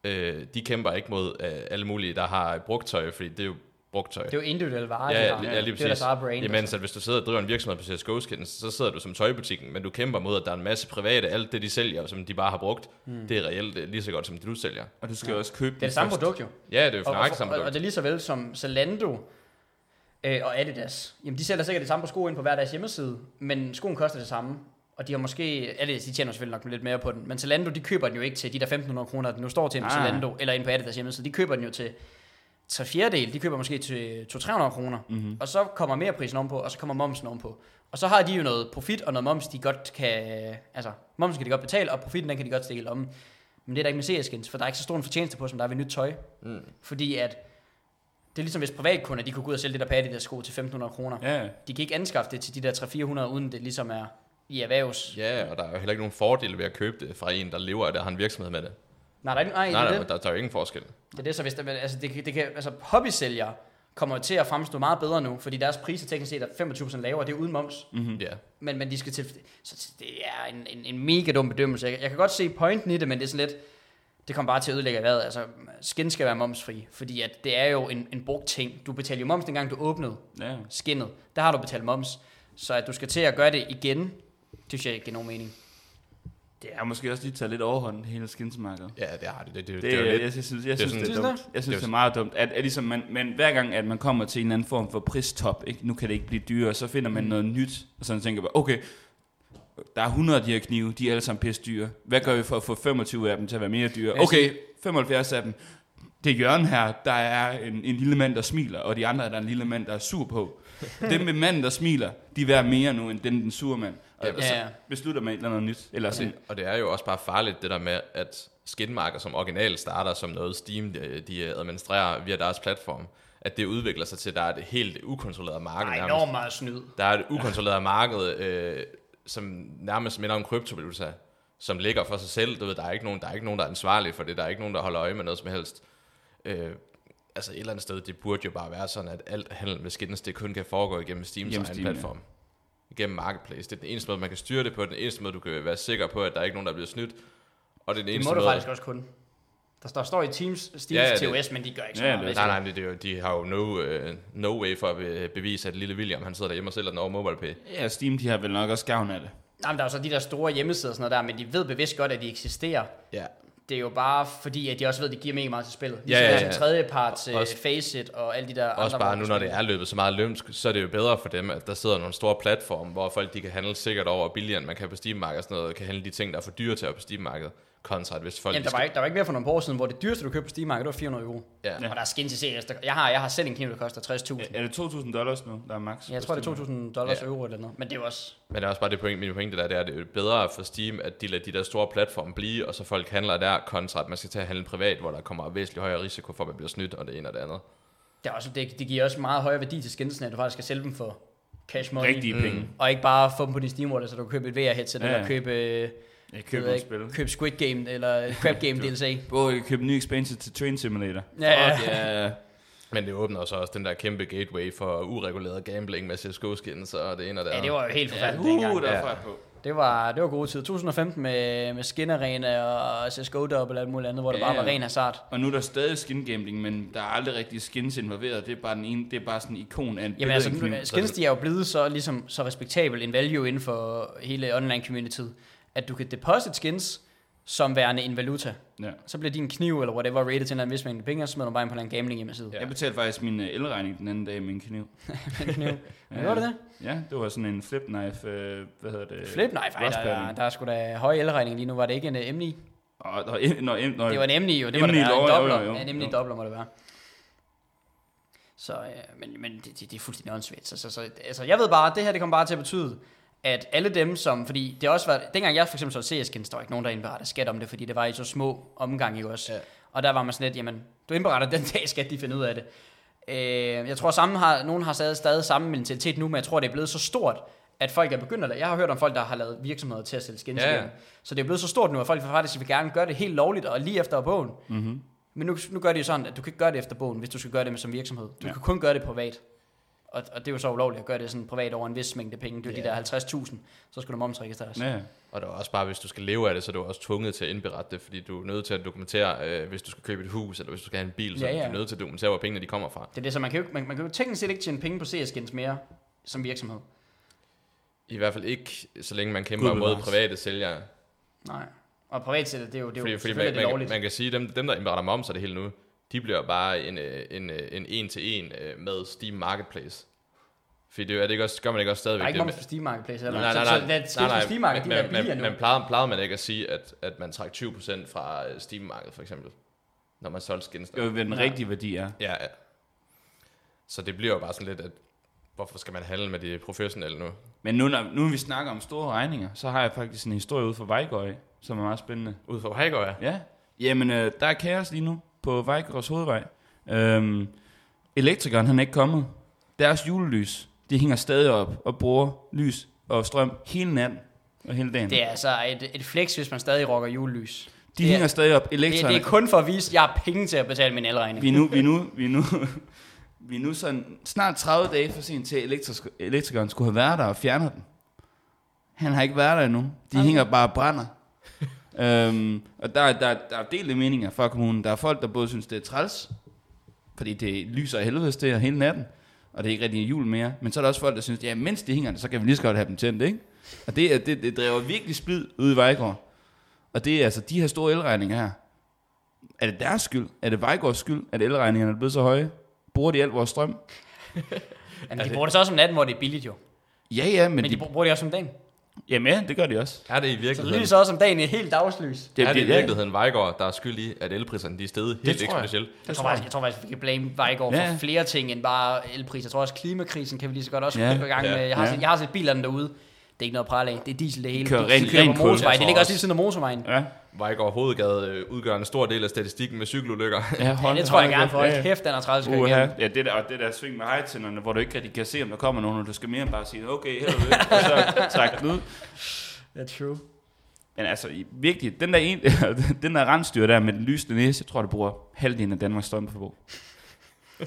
Øh, de kæmper ikke mod øh, alle mulige, der har brugt tøj, fordi det er jo brugt tøj.
det er jo individuelle varer,
Ja,
de
ja,
har.
lige-
ja,
ja, lige
det er deres
præcis.
eget brand. altså.
Jamen, så hvis du sidder og driver en virksomhed på CSGO skins, så sidder du som tøjbutikken, men du kæmper mod, at der er en masse private, alt det de sælger, som de bare har brugt,
Hmm.
mm. det er reelt øh, lige så godt, som det du sælger.
Og du skal ja. også købe
det er det samme produkt jo.
Ja, det er jo
Og,
faktisk
og,
samme
og, og det
produkt.
er lige så vel som Zalando øh, og Adidas. Jamen, de sælger sikkert det samme på sko ind på hver deres hjemmeside, men skoen koster det samme. Og de har måske, Adidas, de tjener selvfølgelig nok lidt mere på den, men Zalando, de køber den jo ikke til de der 1.500 kroner, den nu står til på
Ah.
Zalando, eller ind på Adidas hjemmeside. De køber den jo til 3 fjerdedel, de køber måske til 200-300 kroner.
Mm-hmm.
Og så kommer mere prisen ovenpå, og så kommer momsen ovenpå. Og så har de jo noget profit og noget moms, de godt kan... Altså, momsen kan de godt betale, og profitten den kan de godt stikke i lommen. Men det er der ikke med CS-skins, for der er ikke så stor en fortjeneste på, som der er ved nyt tøj.
Mm.
Fordi at det er ligesom hvis privatkunder, de kunne gå ud og sælge det der patte, der sko til 1500 kroner. Ja.
Ja, ja.
De kan ikke anskaffe det til de der 300-400, uden det ligesom er i erhvervs. Ja.
Ja, og der er jo heller ikke nogen fordele ved at købe det fra en, der lever af det og har en virksomhed med det.
Nej, der er, ikke- nej,
Nej,
nej, det, er
nej,
det.
der, der er jo ingen forskel.
det er det, så hvis der, altså, det, kan- det kan, altså hobbysælgere kommer jo til at fremstå meget bedre nu, fordi deres priser teknisk set er 25% lavere, det er uden moms.
Mm-hmm.
Ja.
Men, men de skal til, så det er en, en, en mega dum bedømmelse. Jeg, jeg kan godt se pointen i det, men det er sådan lidt, det kommer bare til at ødelægge erhvervet. Altså, skin skal være momsfri, fordi at det er jo en, en brugt ting. Du betaler jo moms, dengang du åbnede.
ja. ja.
skinnet, der har du betalt moms. Så at du skal til at gøre det igen, det synes jeg ikke giver nogen mening.
Det er måske også lige taget lidt overhånd, hele skinsmarkedet.
Ja, det har det. Det, det, det,
Det,
det er jo
jeg,
lidt.
jeg, synes, jeg
det er
synes, det,
sådan-
er
Synes
dumt. Jeg synes,
Det
det
er
er meget dumt. At, at ligesom man, men hver gang, at man kommer til en eller anden form for pristop, ikke? nu kan det ikke blive dyrere, så finder man
Mm.
noget nyt, og sådan tænker man, okay, der er 100 af de her knive, de er alle sammen pisse dyre. Hvad gør vi for at få 25 af dem til at være mere dyre?
Jeg siger-
Okay, 75 af dem. Det er Jørgen her, der er en, en lille mand, der smiler, og de andre er der en lille mand, der er sur på. Den med manden, der smiler, de er værd mere nu, end den, den sure mand. Og og
Jamen,
så
ja, ja.
beslutter man et eller andet nyt. Eller sådan,
Og det er jo også bare farligt, det der med, at skinmarker som original starter som noget Steam, de de administrerer via deres platform. At det udvikler sig til, at der er et helt ukontrolleret marked.
Ej,
nærmest.
enormt meget snyd.
Der er et ukontrolleret marked, øh, som nærmest minder om kryptovaluta, som ligger for sig selv. Du ved, der er ikke nogen, der er, ikke nogen, der er ansvarlig for det. Der er ikke nogen, der holder øje med noget som helst. Øh, altså et eller andet sted, det burde jo bare være sådan, at alt handel med skins, det kun kan foregå igennem Steams
Igennem
egen
Steam, ja.
platform. Igennem Marketplace. Det er den eneste måde, man kan styre det på. Den eneste måde, du kan være sikker på, at der er ikke nogen, der bliver snydt. Og det er den
Det
eneste
må du
måde...
faktisk også kun. Der, der står i Teams, Steams
Ja, ja, det-
TOS, men de gør ikke så
Ja,
meget.
det-
ved
Nej, nej, men det er jo, de har jo no, øh, no way for at be- bevise, at lille William, han sidder derhjemme og sælger den over MobilePay.
ja, Steam, de har vel nok også gavn af det.
Nej, men der er jo så de der store hjemmesider og sådan noget der, men de ved bevidst godt, at de eksisterer.
Ja,
Det er jo bare fordi, at de også ved, at det giver mega meget til spillet. Ligesom
ja,
ja,
ja.
ja, ja. tredjeparts uh,
Også-
Faceit og alle de der
Også
andre
bare nu, når det er løbet så meget lømsk, så er det jo bedre for dem, at der sidder nogle store platforme, hvor folk de kan handle sikkert over billigere, end man kan på Steam-markedet og sådan noget, og kan handle de ting, der er for dyre til at være på Steam-markedet, kontra at hvis folk...
Jamen,
de
der var, ikke, der var ikke mere for nogle år siden, hvor det dyreste, du købte på Steam Market, det var 400 euro.
Ja.
Og der er skins i CS. der- Jeg har, jeg har selv en kniv, der koster 60.000.
Er det 2.000 dollars nu, der er max?
Ja, jeg tror, det er 2.000 dollars
Ja.
ja. euro eller noget. Men det er jo også...
Men det er også bare det point, min pointe der, det er, at det er bedre for Steam, at de lader de der store platforme blive, og så folk handler der, kontra at man skal til at handle privat, hvor der kommer væsentligt højere risiko for, at man bliver snydt, og det ene og det andet.
Det, er også, det, det giver også meget højere værdi til skinsene, at du faktisk skal sælge dem for cash money.
Rigtige penge.
Og ikke bare få dem på din Steam Wallet, så du kan købe et VR-headset,
Ja, ja.
ja, ja. eller købe, øh,
Jeg
jeg
køber
ved
et
ikke,
spil.
købe Squid Game, eller Crab Game DLC.
Både jeg købe en ny expansion til Train Simulator.
Ja, ja.
Fuck, ja.
Men det åbner så også den der kæmpe gateway for ureguleret gambling med CSGO-skins og det ene og det
Ja,
andet.
det var jo helt
Ja,
forfærdeligt ja, dengang.
uh, der er
Ja.
fart på.
Det var, det var gode tid. 2015 med, med Skin Arena og CSGO Double og alt muligt andet, hvor det
Ja,
bare
ja.
var ren hazard.
Og nu er der stadig skin gambling, men der er aldrig rigtig skins involveret. Det er bare, den ene, det er bare sådan en ikon af en
Jamen altså,
billedkniv.
nu- skins de er jo blevet så, ligesom, så respektabel en value inden for hele online communityet, at du kan deposit skins som værende en valuta.
Ja.
Så bliver din kniv eller whatever rated til en eller anden vis mængde penge, og så smider du bare ind på en eller anden gambling hjemmeside.
Jeg betalte faktisk min øh, elregning den anden dag med en kniv.
Ja.
Ja.
Gjorde du det?
Ja, det var sådan en flip knife, øh, hvad hedder det?
Flip? Nej, ej, der, der,
raspberry.
der er sgu da høj elregning lige nu. Var det ikke en øh, M9?
Og når, em- når, em- når,
Det var en emne jo, det var
Emne
det
i
være.
lov,
En
jo,
dobbler,
jo, jo.
ja, en emne
Jo.
dobbler må det være. Så, øh, men, men det, det, det er fuldstændig åndssvagt. Så, så, så, altså, jeg ved bare, at det her det kommer bare til at betyde, at alle dem, som, fordi det har også var, dengang jeg for eksempel så CS Skins, der var ikke nogen, der indberettede skat om det, fordi det var i så små omgange, ikke også?
Ja.
Ja. Og der var man sådan lidt, jamen, du indberetter den dag, skat de finder ud af det. Øh, jeg tror, sammen har, nogen har stadig, stadig samme mentalitet nu, men jeg tror, det er blevet så stort, at folk er begyndt at lave. Jeg har hørt om folk, der har lavet virksomheder til at sælge skins
Ja, ja.
ja. Så det er blevet så stort nu, at folk faktisk vil gerne gøre det helt lovligt og lige efter bogen.
Mm-hmm.
Men nu, nu gør det jo sådan, at du kan ikke gøre det efter bogen, hvis du skal gøre det som virksomhed. Du
Ja.
ja. kan kun gøre det privat. Og, og det er jo så ulovligt at gøre det sådan privat over en vis mængde penge. Det er
Ja.
yeah. de der 50.000, så skal du momsregistreres.
Ja,
Og der er også bare, hvis du skal leve af det, så er du også tvunget til at indberette det, fordi du er nødt til at dokumentere, øh, hvis du skal købe et hus, eller hvis du skal have en bil, så
Ja,
er
ja.
du nødt til at dokumentere, hvor pengene de kommer fra.
Det er det, så man kan jo, ikke- man, man kan jo teknisk set ikke tjene penge på CS-skins mere som virksomhed.
I hvert fald ikke, så længe man kæmper
Gud
mod
bevares.
private sælgere.
Nej. Og privat set, det er jo, det er
Fordi,
jo
fordi
selvfølgelig er
man,
det
man,
lovligt.
man kan sige, at dem, dem, der indberetter moms og det hele nu, de bliver bare en, øh, en, øh, en en-til-en øh, med Steam Marketplace. Fordi det, er det ikke også, gør man ikke også
der
stadigvæk
er ikke
det
moms på Steam Marketplace. Eller?
Nej, nej, nej.
Så, så det er skins på Steam Market, de
men,
er
men,
billigere
men,
nu.
men plejede, plejede man ikke at sige, at, at man trak 20% fra øh, Steam-markedet, for eksempel, når man solgte skins?
det var hvad den
Ja.
rigtige værdi er.
Ja, ja. Så det bliver jo bare sådan lidt, at hvorfor skal man handle med de professionelle nu?
Men nu, når, nu vi snakker om store regninger, så har jeg faktisk en historie ude fra Vejgøj, som er meget spændende.
Ud fra Hagård, ja.
Ja. Jamen, øh, der er kaos lige nu på Vejgaards hovedvej. Øhm, elektrikeren, han er ikke kommet. Deres julelys, de hænger stadig op og bruger lys og strøm hele natten og hele dagen.
Det er altså et, et flex, hvis man stadig rocker julelys.
de
det er-
hænger stadig op.
Det, det
Elektrikeren,
er kun for at vise, at jeg har penge til at betale min elregning.
vi er nu, vi er nu, vi er nu, vi er nu sådan snart 30 dage for sent til, at elektrisk, elektrikeren skulle have været der og fjernet den. Han har ikke været der endnu. De
Okay.
hænger bare og brænder. øhm, og der, der, der er delte meninger fra kommunen. Der er folk, der både synes, det er træls, fordi det lyser af helvedes til hele natten, og det er ikke rigtig en jul mere. Men så er der også folk, der synes, ja, mens de hænger der, så kan vi lige så godt have dem tændt, ikke? Og det, er- det, det driver virkelig splid ude i Vejgaard. Og det er altså de her store elregninger her. Er det deres skyld? Er det Vejgaards skyld, at elregningerne er blevet så høje? Bruger de alt vores strøm?
Jamen, de
altså-
bruger det så også om natten, hvor det er billigt jo.
Ja, ja, men,
Men de
de...
bru- bruger det også om dagen.
Jamen ja, det gør de også.
Er det i
Så
virkeligheden,
det lyser også om dagen i helt dagslys.
det, er det i
ja.
virkeligheden Vejgaard, der er skyld i, at elpriserne de er steget helt
tror jeg.
eksponentielt?
Jeg tror, faktisk, jeg tror faktisk, vi kan blame Vejgaard
Ja.
ja. for flere ting end bare elpriser. Jeg tror også, klimakrisen kan vi lige så godt også
Ja.
ja. gå i gang
Ja.
med. Jeg har,
Ja.
set, jeg har set bilerne derude. Det er ikke noget pral af. Det er diesel det hele.
De kører
de,
rent-
de kører
rent
på
kul.
motorvejen.
Jeg
Det
tror
ligger også
også-
lige ved siden af motorvejen.
Ja,
Vejgaard Hovedgade øh, udgør en stor del af statistikken med cykelulykker.
ja,
Ja,
hold,
det tror jeg
hold
gerne
da.
for.
Ja, ja.
Kæft, den er 30 stykker
Uha.
igennem.
Ja, det der, og det der sving med hejtænderne, hvor du ikke rigtig kan se, om der kommer nogen, og du skal mere end bare sige, okay, her er det, og så trække den ud.
That's true.
Men altså, i- virkelig, den der, en, den der rensdyr der med den lysende næse, jeg tror, det bruger halvdelen af Danmarks strømforbrug.
Sådan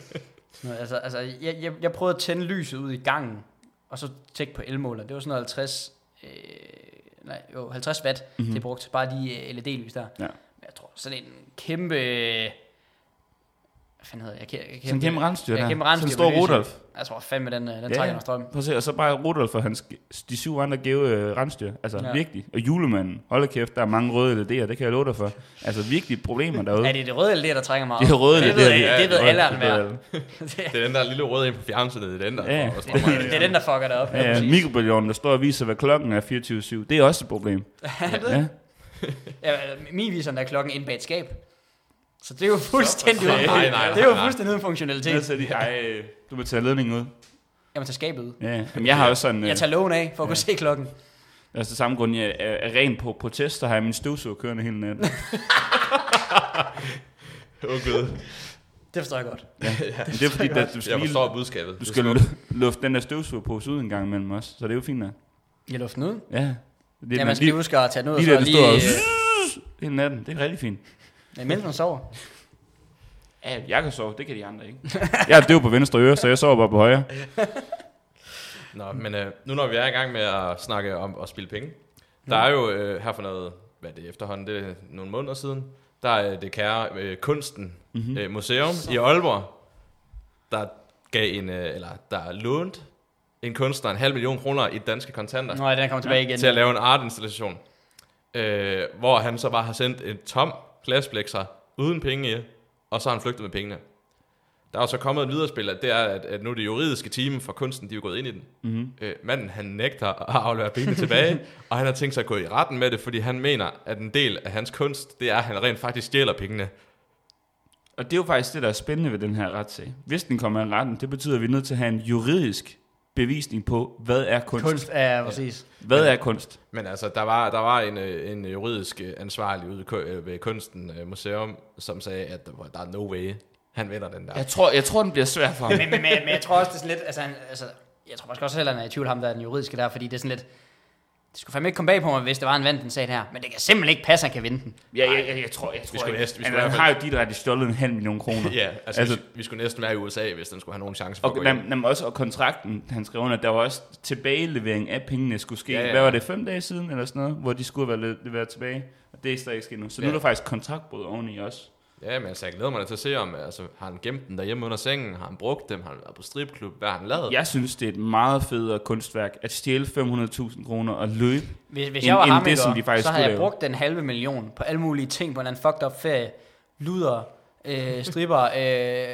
noget. Altså, altså jeg, jeg, jeg prøvede at tænde lyset ud i gangen, og så tjekke på elmåler. Det var sådan noget 50, øh, nej, jo, 50 watt, mm-hmm. det brugte. Bare de øh, LED-lys der.
Mhm. Ja.
Men Jeg tror, sådan en kæmpe... Hvad fanden hedder jeg? Kæ-
Sådan en kæmpe rensdyr
Ja,
der.
kæmpe rensdyr
Sådan en
med
stor
lys i.
Rudolf.
Jeg tror fandme, den, øh, den
Ja.
trækker noget strøm.
Prøv at se, og så bare Rudolf og hans, de syv andre gave øh, rensdyr. Altså
Ja.
ja. virkelig. Og julemanden. Hold da kæft, der er mange røde LED'er, det kan jeg love dig for. Altså virkelig problemer derude.
Er det det røde LED, der trænger meget?
Det er røde
det,
LED'er,
ved,
det er-
jeg- det ved
ja,
alle,
det
er
ved
værd.
alle.
Det er den der lille røde ind på fjernsynet, det er den der.
Ja.
Og strømmer
Det er den, der fucker det op.
Ja, ja, mikrobølgeovnen, der står og viser, hvad klokken er 24-7. Det er også et problem. Ja.
Ja, min viser, der er klokken inde bag et skab. Så det er jo fuldstændig uden,
Nej, nej, nej,
det er jo
nej.
fuldstændig uden funktionalitet.
Altså, de, ej, du må tage ledningen ud.
Jamen, tag skabet ud.
Ja, Jamen, jeg har også sådan... Øh,
Jeg tager lågen af, for at kunne se klokken.
altså, samme grund, jeg er, er ren på protester, har jeg min støvsuger kørende hele natten.
Åh, gud.
Det forstår jeg godt.
Men det er fordi, at du skal,
Jeg
lige,
forstår budskabet.
du skal lu- lufte den der støvsugerpose ud en gang imellem også. Så det er jo fint nok.
Jeg lufter den ud.
Ja. Det
Ja,
man
man skal lige
lige,
huske at tage den ud,
lige øh, der,
og
det
så
står og...
lige...
Hele natten, det er rigtig fint.
øh, Imens man sover.
Ja, jeg kan sove, det kan de andre ikke. jeg er døv på venstre øre, så jeg sover bare på højre.
Nå, men øh, nu når vi er i gang med at snakke om at spille penge, der er jo øh, her for noget, hvad er det efterhånden, det er nogle måneder siden, der er det kære øh, Kunsten mm-hmm. øh, Museum i Aalborg, der gav en, øh, eller der lånt en kunstner en halv million kroner i danske kontanter
Nå, ja, den kommer tilbage igen.
til at lave en artinstallation, øh, hvor han så bare har sendt en tom glasblækser uden penge i, og så har han flygtet med pengene. Der er jo så kommet et viderespil, at det er, at, at nu er det juridiske team for kunsten, de er jo gået ind i den. Mm-hmm. Øh, manden, han nægter at aflevere pengene tilbage, og han har tænkt sig at gå i retten med det, fordi han mener, at en del af hans kunst, det er, at han rent faktisk stjæler pengene.
Og det er jo faktisk det, der er spændende ved den her retssag. Hvis den kommer i retten, det betyder, at vi er nødt til at have en juridisk bevisning på, hvad er kunst? kunst.
Kunst er præcis.
Hvad er kunst?
Men altså, der var, der var en, øh, en juridisk øh, ansvarlig ude i kø- øh, ved Kunsten øh, Museum, som sagde, at der var- der er no way, han vinder den der.
Jeg tror, jeg tror den bliver svær for ham.
Men, men, men, men jeg tror også, det er sådan lidt... Altså, han, altså, jeg tror måske også heller, han er i tvivl ham, der er den juridiske der, fordi det er sådan lidt... Det skulle fandme ikke komme bag på mig, hvis det var en vand, den sag her. Men det kan simpelthen ikke passe, at han kan vinde den.
Ja, jeg, jeg, jeg tror, jeg tror
skulle
ikke.
næste- vi
Han,
skulle i
han
hvert fald-
har jo dit ret, de stjålet en halv million kroner.
Ja, altså,
Altså-
altså vi, vi skulle næsten være i USA, hvis den skulle have nogen chance for
Og
at gå
nam,
hjem.
nam, også og kontrakten, han skrev under, der var også tilbagelevering af pengene skulle ske.
Ja,
Ja,
ja.
ja. Hvad var det, fem dage siden eller sådan noget, hvor de skulle være leveret tilbage? Og det er stadig ikke sket nu. Så
Ja.
nu er der faktisk kontraktbrud oveni også.
Ja, men altså, jeg glæder mig da til at se, om altså, har han gemt den derhjemme under sengen, har han brugt dem, har han været på stripklub, hvad har han lavet?
Jeg synes, det er et meget federe kunstværk at stjæle 500.000 kroner og løbe.
Hvis, hvis
End-
jeg var
end
ham,
det,
ikke,
som de faktisk
så havde
skulle
jeg
lave.
brugt den halve million på alle mulige ting, på en eller anden fucked up ferie, luder, øh, stripper,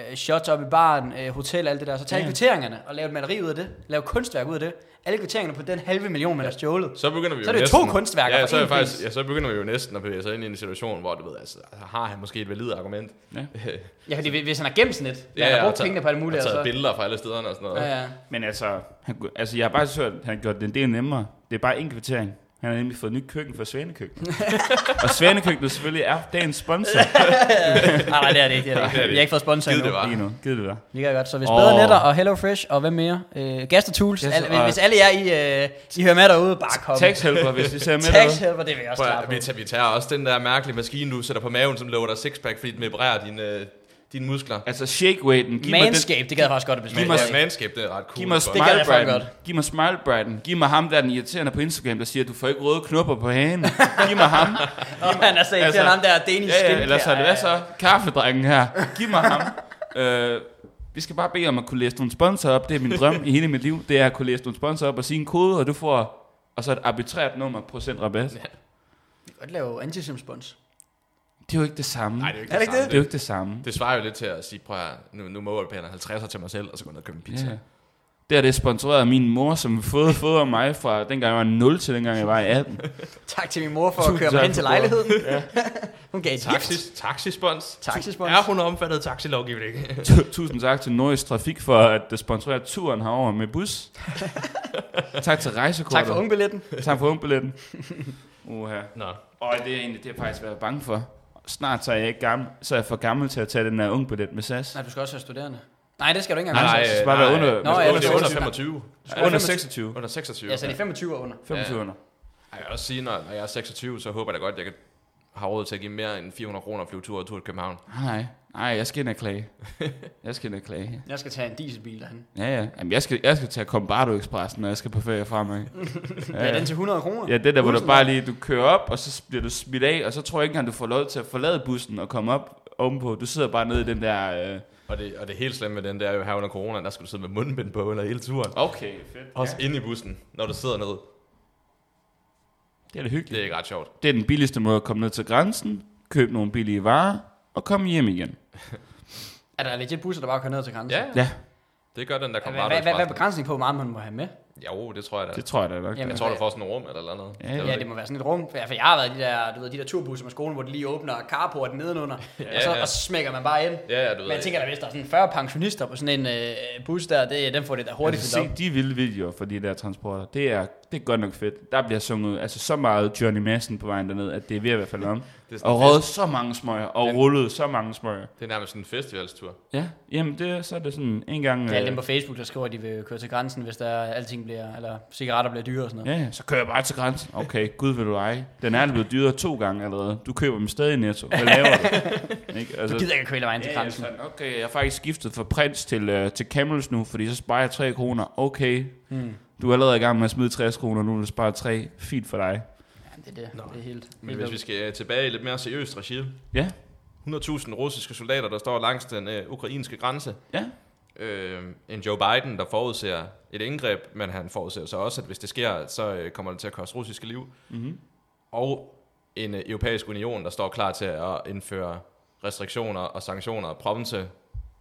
øh, shots op i baren, øh, hotel, alt det der. Så tag
Ja.
kvitteringerne og lav et maleri ud af det, lav kunstværk ud af det. Alle kvitteringerne på den halve million, man har stjålet.
Så begynder vi jo
Så er det jo to
næsten,
kunstværker
ja,
for
så, er
én
jeg faktisk,
pris.
ja, så begynder vi jo næsten at bevæge sig ind i en situation, hvor du ved, altså, har han måske et validt argument?
Ja.
Ja, fordi hvis han har gemt sådan et, ja, han har
og
brugt
taget-
pengene på alle mulige,
Og taget
så...
billeder fra alle stederne og sådan noget.
Ja, ja.
Men altså, han, altså jeg har faktisk hørt, at han har gjort det en del nemmere. Det er bare en kvittering. Han har nemlig fået nyt køkken fra Svanekøkkenet. og Svanekøkkenet selvfølgelig er dagens sponsor
Nej, nej, det er det ikke. Det er det
det
ikke.
er det
Vi har ikke fået sponsor
Gid det
endnu.
var.
lige nu. Gider det være.
Det kan godt. Så hvis
Åh.
Bedre Netter og Hello Fresh og hvem mere? Øh, Gaster Tools.
Yes,
Alle,
og-
hvis alle jer, I, øh, I hører med derude, bare kom.
Taxhelper, hvis I ser med
Tax
derude.
helper, det vil jeg også
Prøv,
klare
at-
på.
vi, tager, vi tager også den der mærkelige maskine, du sætter på maven, som lover dig sixpack, fordi den vibrerer dine, øh, dine muskler.
Altså shake weighten. Giv mig, den,
Manscape, det gad jeg faktisk godt at
Men,
beslutte.
mig-
ja, mandskab, det er ret cool.
giv mig
godt.
Det gad
smile
jeg fucking
brighten.
godt.
Giv mig smile brighten. Giv mig ham, der er den irriterende på Instagram, der siger, at du får ikke røde knopper på hagen. Giv mig ham.
Og han er sagt,
Altså,
til ham der Danish
Ja,
skin.
ja, eller så er det, altså- hvad så? Kaffedrengen her. Giv mig ham. øh, vi skal bare bede om at kunne læse nogle sponsorer op. Det er min drøm i hele mit liv. Det er at kunne læse nogle sponsorer op og sige en kode, og du får og så et arbitrært nummer procent rabat.
Godt lave antisimspons.
Det er jo ikke det samme.
Nej, det er jo ikke det,
Er det ikke
samme.
det er jo ikke det samme.
Det svarer jo lidt til at sige, prøv at høre, nu, nu må jeg pæne 50'er til mig selv, og så gå ned og købe en pizza.
Ja. Det er det er sponsoreret af min mor, som fået fodrer mig fra dengang jeg var 0 til dengang jeg var 18.
Tak til min mor for at
Tusind
køre mig
tak
hen til
for
lejligheden. Hun gav et Taxi.
Taxis, taxispons.
Taxispons.
Er hun omfattet af taxilovgivningen?
Tu- Tusind tak til Nordisk Trafik for at øh, sponsorere turen herover med bus. tak til rejsekortet.
Tak for ungbilletten.
Tak for ungbilletten. Uha.
Nå.
Og det er egentlig det, jeg faktisk været bange for. Snart så er jeg, ikke gammel, så er jeg for gammel til at tage den her ungbillet med SAS.
Nej, du skal også være studerende. Nej, det skal du ikke
Nej,
engang.
nej,
så skal det bare være under-
Nå,
Nå, ja,
under,
det er
under
under
25.
Under 26.
Under 26.
øh,
Ja, så de 25 år under.
25 under.
Ej, Jeg vil også sige, når, når jeg er 26, så håber jeg da godt, at jeg kan have råd til at give mere end 400 kroner flyvetur og tur til København.
Nej, nej, jeg skal ind og klage. Jeg skal ind og klage.
Jeg skal tage en dieselbil derhen.
Ja, ja. Jamen, jeg skal, jeg skal tage Combardo Expressen, når jeg skal på ferie fremad.
Ja, ja. den til 100 kroner.
Ja, det der, hvor du
Bussen
bare lige, du kører op, og så bliver du smidt af, og så tror jeg ikke engang, du får lov til at forlade bussen og komme op ovenpå. Du sidder bare nede i den der... Øh...
Og det, og det helt slemme ved den, det er jo her under corona, der skal du sidde med mundbind på under hele turen.
Okay, fedt.
Også inde i bussen, når du sidder ned.
Det er da
Det
hyggeligt.
er ikke ret sjovt.
Det er den billigste måde at komme ned til grænsen, købe nogle billige varer, og komme hjem igen.
Er der legit busser, der bare kører ned til grænsen?
Ja,
Ja,
det gør den der
Hvad, hvad, hvad, hvad er
kompartøjspressen.
begrænsningen på, hvor meget man må have med?
Jo, det tror jeg da.
det tror jeg da nok. altså.
Jamen,
Jamen,
Jeg tror, du får sådan en rum eller eller andet.
Ja,
Jeg ved
Ja,
ikke.
det må være sådan et rum. For jeg, for jeg har været i de der, du ved, de der turbusser med skolen, hvor de lige åbner carporten nedenunder, ja, og, så,
ja.
og så smækker man bare ind.
Ja, ja, du
Men
ved.
jeg tænker da, hvis der er sådan 40 pensionister på sådan en øh, bus der, det, den får det da hurtigt
altså,
fyldt op.
se de vilde videoer for de der transporter. Det er, det er godt nok fedt. Der bliver sunget altså, så meget Johnny Madsen på vejen derned, at det er ved at være faldet om.
Det er sådan
Og
en
røget så mange smøger, og
Men-
rullet så mange smøger.
fest- Det er nærmest sådan en festivalstur.
Ja, jamen det, så er det sådan en gang...
Det er alle
øh,
dem på Facebook, der skriver, at de vil køre til grænsen, hvis der alting bliver, eller cigaretter bliver dyre og sådan noget.
Ja, ja, så kører jeg bare til grænsen. Okay, gud vil du ej. Den er blevet dyrere to gange allerede. Du køber dem stadig i netto. Hvad laver du? Ikke?
Du
Altså,
gider ikke at køre hele vejen til
ja, ja,
grænsen.
sådan, okay, jeg har faktisk skiftet fra prins til, øh, til camels nu, fordi så sparer jeg 3 kroner. Okay,
Hmm.
du er allerede i gang med at smide 60 kroner, nu vil du spare 3. Fint for dig.
Ja, det er det.
Nå.
Det er helt,
Men
helt
hvis vi skal øh, tilbage i lidt mere seriøst regi.
Ja.
100.000 russiske soldater, der står langs den øh, ukrainske grænse.
Ja.
Øh, en Joe Biden, der forudser et indgreb, men han forudser så også, at hvis det sker, så øh, kommer det til at koste russiske liv.
Mhm.
Mm-hmm.
Og en øh, europæisk union, der står klar til at indføre restriktioner og sanktioner og prompte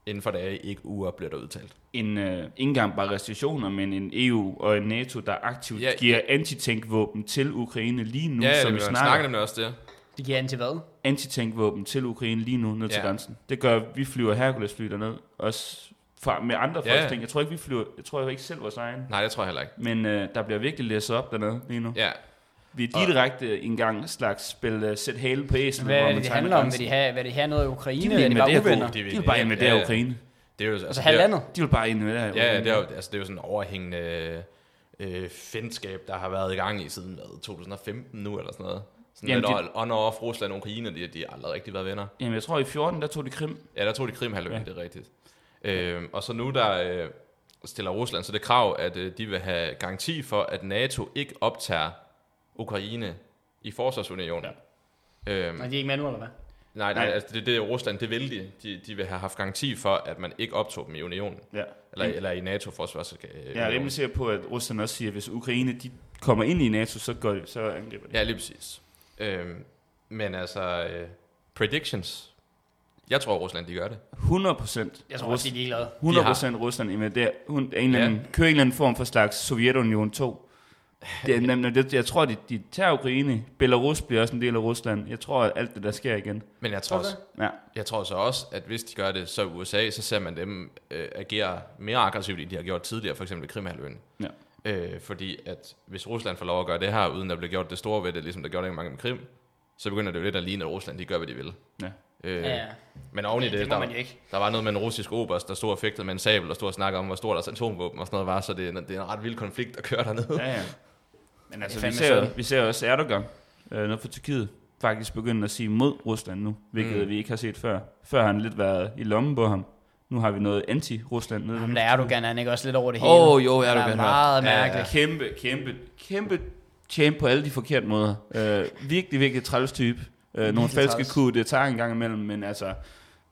inden for dage, ikke uger, bliver der udtalt.
En, øh, ikke engang bare restriktioner, men en EU og en NATO, der aktivt
Ja,
ja, giver antitankvåben til Ukraine lige nu,
ja, ja,
som vi
det, vi snakker
snakker.
nemlig også det.
Det giver an til hvad?
antitankvåben til Ukraine lige nu ned til
Ja.
grænsen. Det gør, at vi flyver Hercules fly derned, også fra, med andre
Ja.
ja. ting. Jeg tror ikke, vi flyver, jeg tror ikke selv vores egen.
Nej, det tror jeg heller ikke.
Men øh, der bliver virkelig læsset op dernede lige nu. Ja.
Ja,
Vi er direkte en gang slags spil uh, sæt hale på æslen,
Hvad er det, det
tegner
handler om? Vil
grænsen.
de have, vil de have noget i
De
Ukraine?
vil
eller er de bare
invadere
uvenner?
Ukraine. De
Det
vil
er
bare
det.
invadere
Ja, ja.
Ukraine.
det er jo...
Altså
det er-
halvandet?
De vil bare invadere Ukraine.
Ja, ja, det er jo, altså, det er jo sådan en overhængende øh, fjendskab, der har været i gang i siden hvad, 2015 nu, eller sådan noget. Sådan
Jamen,
Jamen,
det-
lidt on off Rusland og Ukraine, de, de har aldrig rigtig været venner.
Jamen, jeg tror, i 14, der tog de Krim.
Ja, der tog de Krimhalvøen,
Ja.
ja. det er rigtigt. Øh, og så nu, der øh, stiller Rusland så det krav, at øh, de vil have garanti for, at NATO ikke optager Ukraine i forsvarsunionen. Ja. Øhm,
Nej, de er ikke med nu, eller hvad?
nej, nej,
Nej.
altså det, det er Rusland, det vil de. de. De vil have haft garanti for, at man ikke optog dem i unionen,
Ja.
eller,
Mm.
eller i øh, NATO-forsvarsunionen.
Jeg er rimelig sikker på, at Rusland også siger, at hvis Ukraine de kommer ind i NATO, så, gør de, så angriber de.
Ja, lige præcis. Øhm, men altså, øh, predictions. Jeg tror, Rusland de gør det.
100 procent.
Jeg tror også, de er ligeglade.
100% Rusland invaderer, hun, en eller
Ja.
anden, kører en eller anden form for slags Sovjetunion 2. Det, er nemlig det, jeg tror, de, de tager Ukraine. Belarus bliver også en del af Rusland. Jeg tror, at alt det, der sker igen.
Men jeg tror,
Tror du
også,
Ja.
jeg tror så også, at hvis de gør det, så i USA, så ser man dem øh, agere mere aggressivt, end de har gjort tidligere, for eksempel i Krimhalvøen.
Ja.
Øh, fordi at hvis Rusland får lov at gøre det her, uden der bliver gjort det store ved det, ligesom der gjorde dengang med Krim, så begynder det jo lidt at ligne, at Rusland de gør, hvad de vil.
Ja.
Øh,
Ja, ja.
Men oven i det,
det må
der,
man jo ikke.
der var noget med en russisk oberst, der stod og fægtede med en sabel, og stod og snakkede om, hvor stor deres atomvåben og sådan noget var, så det, er en- det er en ret vild konflikt at køre dernede.
ja, ja. Men altså,
Det er
vi
fandme
ser,
sådan.
vi ser også Erdogan, øh, noget fra Tyrkiet, faktisk begynde at sige mod Rusland nu, hvilket
Mm.
mm. vi ikke har set før. Før har han lidt været i lommen på ham. Nu har vi noget anti-Rusland
Mm.
nede.
Jamen, der er Erdogan, er han ikke også lidt over det hele?
Åh, oh, jo,
Han
Erdogan.
er
har-
meget
Ja, ja.
mærkelig.
Kæmpe, kæmpe, kæmpe champ på alle de forkerte måder. Øh, virkelig, virkelig træls type. Øh, nogle
Virkelig
falske
træls.
kunne det tager en gang imellem, men altså,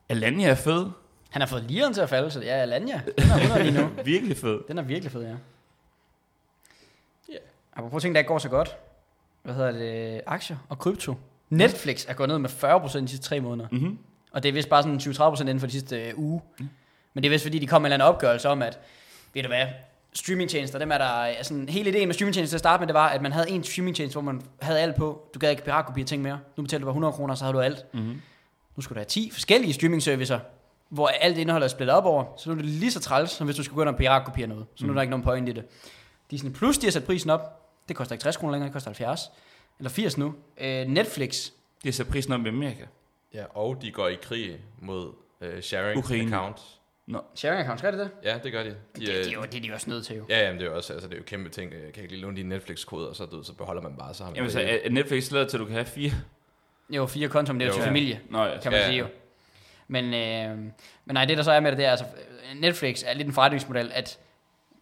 Alanya er fed.
Han har fået liren til at falde, så ja, Alanya, den er 100 lige nu.
Virkelig fed.
Den er virkelig fed, ja.
Ja.
Apropos ting, der ikke går så godt. Hvad hedder det? Aktier og krypto. Netflix er gået ned med 40% de sidste tre måneder.
Mm-hmm.
Og det er vist bare sådan 20-30% inden for de sidste øh, uge. Men det er vist fordi, de kom med en eller anden opgørelse om, at, ved du hvad, streamingtjenester, dem er der, øh, sådan, hele ideen med streamingtjenester til at starte med, det var, at man havde en streamingtjeneste, hvor man havde alt på. Du gad ikke piratkopiere ting mere. Nu betalte du bare 100 kroner, så havde du alt.
Mm-hmm.
Nu skulle du have 10 forskellige streamingservicer, hvor
Mm.
alt indholdet er splittet op over, så nu er det lige så træls, som hvis du skulle gå ind og piratkopiere noget. Så nu er der ikke nogen point i det. Disney Plus, de har sat prisen op. Det koster ikke 60 kroner længere, det koster 70. Eller 80 nu. Øh, Netflix.
Det er så prisen op i Amerika.
Ja, og de går i krig mod øh, sharing
Ukraine.
accounts.
Sharing account, skal det det?
Ja, det gør de. de
Det, det, er
øh,
jo, det er de jo også nødt til jo.
Ja, jamen, det er jo også, altså, det er jo kæmpe ting. Jeg kan ikke lige låne din Netflix-kode, og så, du, ved, så beholder man bare, så har man
Jamen,
det
så
hele.
er Netflix lader til, at du kan have fire.
Jo, fire konto, men det er jo,
Jo.
til
Ja.
familie,
Nå ja.
kan man
Ja.
sige jo. Men, øh, men nej, det der så er med det, det er altså, øh, Netflix er lidt en forretningsmodel, at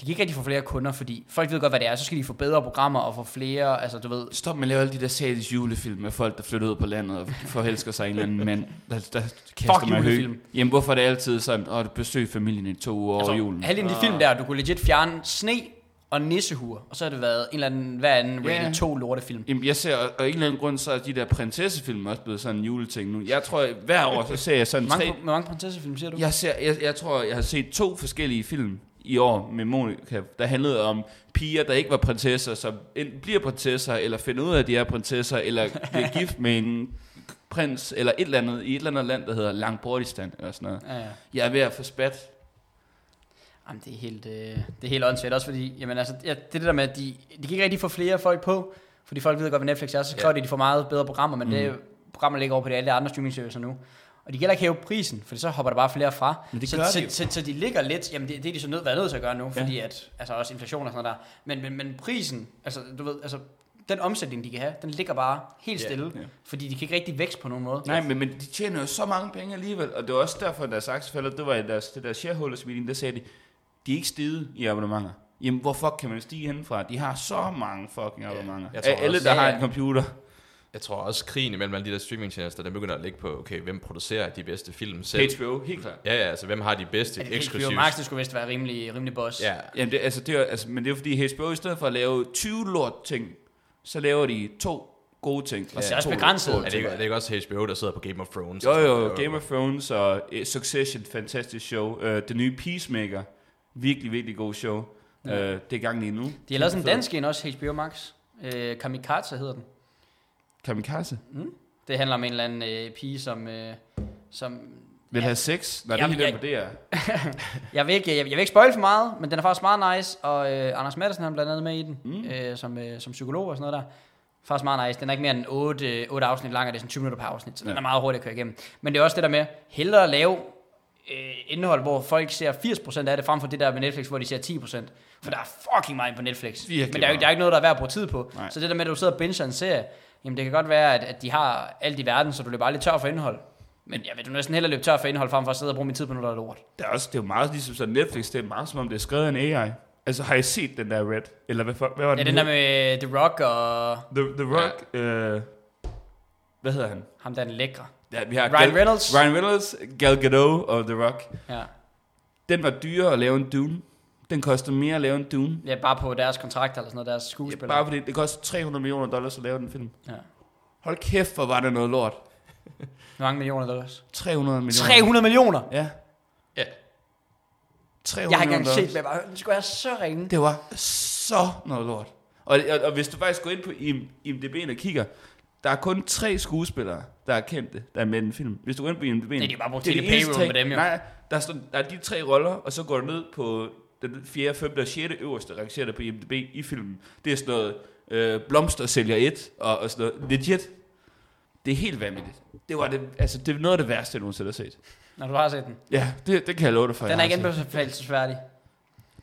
de kan ikke rigtig få flere kunder, fordi folk ved godt, hvad det er, så skal de få bedre programmer og få flere, altså du ved,
Stop med at lave alle de der sadis julefilm med folk, der flytter ud på landet og forelsker sig i en eller anden mand, der, der kaster
Fuck
med hø.
julefilm. Altså,
Jamen, hvorfor er det altid sådan, at du besøger familien i to uger over julen?
halvdelen af de film der, du kunne legit fjerne sne og nissehuer, og så har det været en eller anden, hver anden
Ja.
rated 2 lortefilm.
Jamen, jeg ser, og af en eller anden grund, så er de der prinsessefilm også blevet sådan en juleting nu. Jeg tror, at hver år, så ser jeg sådan
Hvor
tre...
mange, hvor mange prinsessefilm siger du?
Jeg, ser, jeg, jeg tror, jeg har set to forskellige film i år med Monika, der handlede om piger, der ikke var prinsesser, som enten bliver prinsesser, eller finder ud af, at de er prinsesser, eller bliver gift med en prins, eller et eller andet, i et eller andet land, der hedder Langbordistan, eller sådan noget.
Ja, ja.
Jeg er ved at få spat.
Jamen, det er helt, øh, det er helt åndssvagt også, fordi jamen, altså, ja, det er det der med, at de, de kan ikke rigtig få flere folk på, fordi folk ved godt, hvad Netflix er, så kræver ja. de, at de får meget bedre programmer, men mm. det er jo- programmer ligger over på de alle andre streamingservicer nu. Og de kan heller ikke hæve prisen, for så hopper der bare flere fra.
Men det
så,
gør de
så,
jo.
så, så, de ligger lidt, jamen det, det er de så nødt, været nødt til at gøre nu,
Ja.
fordi at, altså også inflation og sådan noget der. Men, men, men prisen, altså du ved, altså den omsætning, de kan have, den ligger bare helt
Ja,
stille,
ja.
fordi de kan ikke rigtig vækst på nogen måde.
Nej, men, men de tjener jo så mange penge alligevel, og det var også derfor, at deres aktiefælder, det var i deres, det der shareholders meeting, der sagde de, de er ikke steget i abonnementer. Jamen, hvor fuck kan man stige henfra? De har så mange fucking abonnementer. Ja,
jeg tror
Af alle,
også-
der
Ja,
har
ja.
en computer.
Jeg tror også, krigen imellem alle de der streamingtjenester, den begynder at ligge på, okay, hvem producerer de bedste film selv?
HBO, helt klart.
Ja, ja, altså, hvem har de bedste
Ja, det er helt
eksklusive?
fyrt. Max, det skulle vist være rimelig, rimelig boss.
Ja,
Jamen, det, altså, det er, altså, men det er fordi HBO, i stedet for at lave 20 lort ting, så laver de to gode ting. Og
Det er også
to
begrænset.
gode
er det,
ting.
ikke, er det ikke også HBO, der sidder på Game of Thrones? Altså,
Jo, jo, Game of Thrones og uh, Succession, fantastisk show. Uh, det nye Peacemaker, virkelig, virkelig god show. Uh, det er i gang lige nu.
De har lavet sådan en dansk en også, HBO Max. Øh, Kamikaze hedder den.
Kamikaze.
Det handler om en eller anden øh, pige, som... Øh, som
Vil have sex? Nej, det er
Jamen,
helt den på DR.
jeg, vil ikke, jeg, jeg vil ikke spoil for meget, men den er faktisk meget nice, og øh, Anders Madsen han er blandt andet med i den, mm. øh, som, øh, som psykolog og sådan noget der. Faktisk meget nice. Den er ikke mere end 8, øh, 8 afsnit lang, og det er sådan 20 minutter per afsnit, så ja. den
Ja.
er meget hurtig at køre igennem. Men det er også det der med, hellere at lave øh, indhold, hvor folk ser 80% af det, frem for det der med Netflix, hvor de ser 10%. For der er fucking meget på Netflix.
Virkelig
men der er, jo,
meget.
der er ikke noget, der er værd at bruge tid på.
Nej.
Så det der med, at du sidder og binger en serie, jamen det kan godt være, at, at de har alt i verden, så du løber aldrig tør for indhold. Men jeg vil du næsten hellere løbe tør for indhold, frem for at sidde og bruge min tid på noget, der er lort.
Der er også, det er jo meget ligesom sådan Netflix, det er meget som om det er skrevet af en AI. Altså, har I set den der Red? Eller hvad, fuck- hvad var
Ja,
den?
den der med øh, The Rock og
The, The Rock, ja. øh, hvad hedder han?
ham, der er den lækre.
Ja, vi har
Ryan
Gal,
Reynolds.
Ryan Reynolds, Gal Gadot og The Rock.
Ja.
Den var dyrere at lave en Dune. Den koster mere at lave en Dune.
ja, bare på deres kontrakter eller sådan noget, deres
Ja,
skuespillere.
bare fordi det koster 300 millioner dollars at lave den film.
Ja.
Hold kæft, hvor var det noget lort.
Hvor mange millioner dollars?
300 millioner.
300 millioner!
Ja.
Ja.
300
Jeg har ikke engang set,
millioner
hvad jeg bare hørte. Den skulle jeg så ringe.
Det var så noget lort. Og, og, og hvis du faktisk går ind på IM, IMDb'en og kigger, der er kun tre skuespillere, der er kendte, der er med i den film. Hvis du går ind på IMDb'en...
de har bare brugt hele
de eneste tre-
payroll med dem, jo.
Nej, der, står, der er de tre roller, og så går du ned på den 4., 5. og 6. øverste rangerede på IMDb i filmen. Det er sådan noget, øh, Blomster sælger et, og, og sådan noget. Legit. Det er helt vanvittigt. Det var det, altså, det er noget af det værste, jeg nogensinde har set.
Når du har set den.
Ja, det, det kan jeg love dig for. jeg
Den er
har
ikke
set.
anbefalesværdig.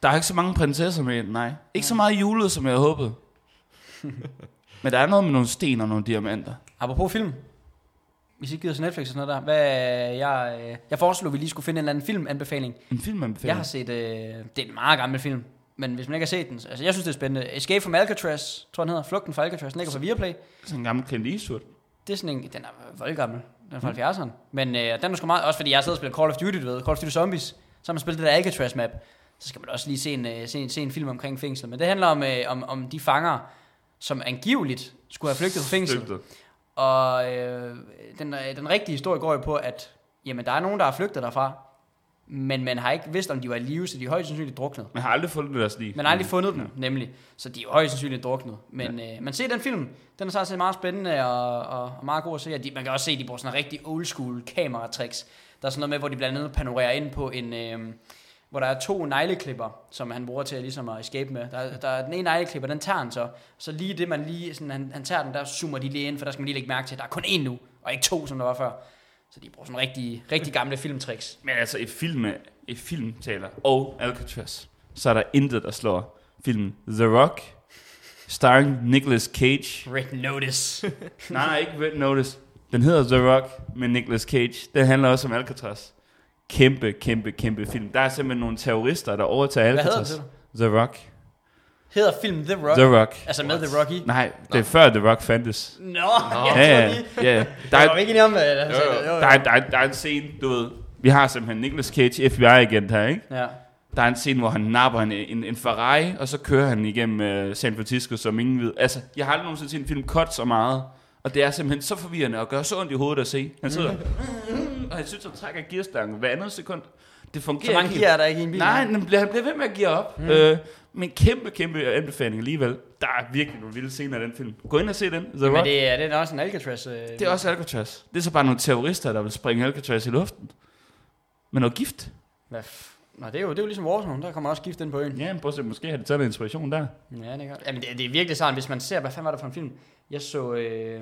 Der er ikke så mange prinsesser med, i den, nej. Ikke så meget julet, som jeg havde håbet. Men der er noget med nogle sten og nogle diamanter.
Apropos film. Hvis I ikke gider til Netflix og sådan noget der. Hvad, jeg, øh, jeg foreslog, at vi lige skulle finde en eller anden filmanbefaling.
En film, man befaler.
Jeg har set, øh, det er en meget gammel film. Men hvis man ikke har set den, så- altså jeg synes, det er spændende. Escape from Alcatraz, tror jeg, den hedder. Flugten fra Alcatraz, den ligger på Viaplay.
Sådan en gammel Clint Eastwood.
Det er sådan en, den er voldgammel. Den er fra 70'erne. Men øh, den er sgu meget, også fordi jeg sidder og spiller Call of Duty, du ved, Call of Duty Zombies. Så har man spillet det der Alcatraz map. Så skal man også lige se en, øh, se en, se en film omkring fængslet. Men det handler om, øh, om, om de fanger, som angiveligt skulle have flygtet fra fængslet. Og øh, den, øh, den rigtige historie går jo på, at jamen, der er nogen, der har flygtet derfra. Men man har ikke vidst, om de var i live, så de er højst sandsynligt druknet.
Man har aldrig fundet deres liv.
Man har aldrig fundet dem, nemlig. Så de er jo højst sandsynligt druknet. Men ja. øh, man ser den film. Den er sådan set meget spændende og, og, og meget god at se. Og de, man kan også se, at de bruger sådan en rigtig old school kameratricks. Der er sådan noget med, hvor de blandt andet panorerer ind på en... Øh, hvor der er to negleklipper, som han bruger til at ligesom at escape med. Der, der er den ene negleklipper, den tager han så. Så lige det, man lige, sådan, han, han tager den, der zoomer de lige ind, for der skal man lige lægge mærke til, at der er kun én nu, og ikke to, som der var før. Så de bruger sådan rigtig, rigtig gamle filmtricks.
Men altså, i film, i film taler og Alcatraz, så er der intet, der slår filmen The Rock, starring Nicolas Cage.
Red Notice.
Nej, nej, ikke Red Notice. Den hedder The Rock med Nicolas Cage. Den handler også om Alcatraz. Kæmpe, kæmpe, kæmpe film. Der er simpelthen nogle terrorister, der overtager
Hvad hedder
Alcatraz.
den til?
The Rock.
Hedder filmen The Rock.
The Rock.
Altså med
What?
The Rocky.
Nej, det er før The Rock fandtes.
Nå, Nå. jeg
Ja,
tror
ja,
lige.
ja, ja. Der
Der
er,
er ikke enig om, hvad han
Jo,
sagde.
jo.
det. Jo, jo.
der, er, der, er, der er en scene, du ved. Vi har simpelthen Nicolas Cage, FBI-agent her, ikke?
Ja.
Der er en scene, hvor han napper en, en, en Ferrari, og så kører han igennem øh, San Francisco, som ingen ved. Altså, jeg har aldrig nogensinde set en film cut så meget, og det er simpelthen så forvirrende og gør så ondt i hovedet at se. Han sidder, og han synes, han trækker gearstangen hver andet sekund. Det fungerer
Mm. Så mange
ikke
gear er der ikke i en bil.
Nej, den bliver, han bliver ved med at give op. Mm. Øh, men kæmpe, kæmpe anbefaling alligevel. Der er virkelig nogle vilde scener i den film. Gå ind og se den, The
Men
Rock.
det er, det er også en Alcatraz. Øh,
Det er også Alcatraz. Det er så bare nogle terrorister, der vil springe Alcatraz i luften. Men noget gift.
Hvad f- Nå, det er, jo, det er jo ligesom Warzone, der kommer også gift ind på øen.
Ja, men prøv at se, måske har de taget noget inspiration der.
Ja, det er godt. Jamen, det, det er virkelig sådan, hvis man ser, hvad fanden var det for en film? Jeg så, øh,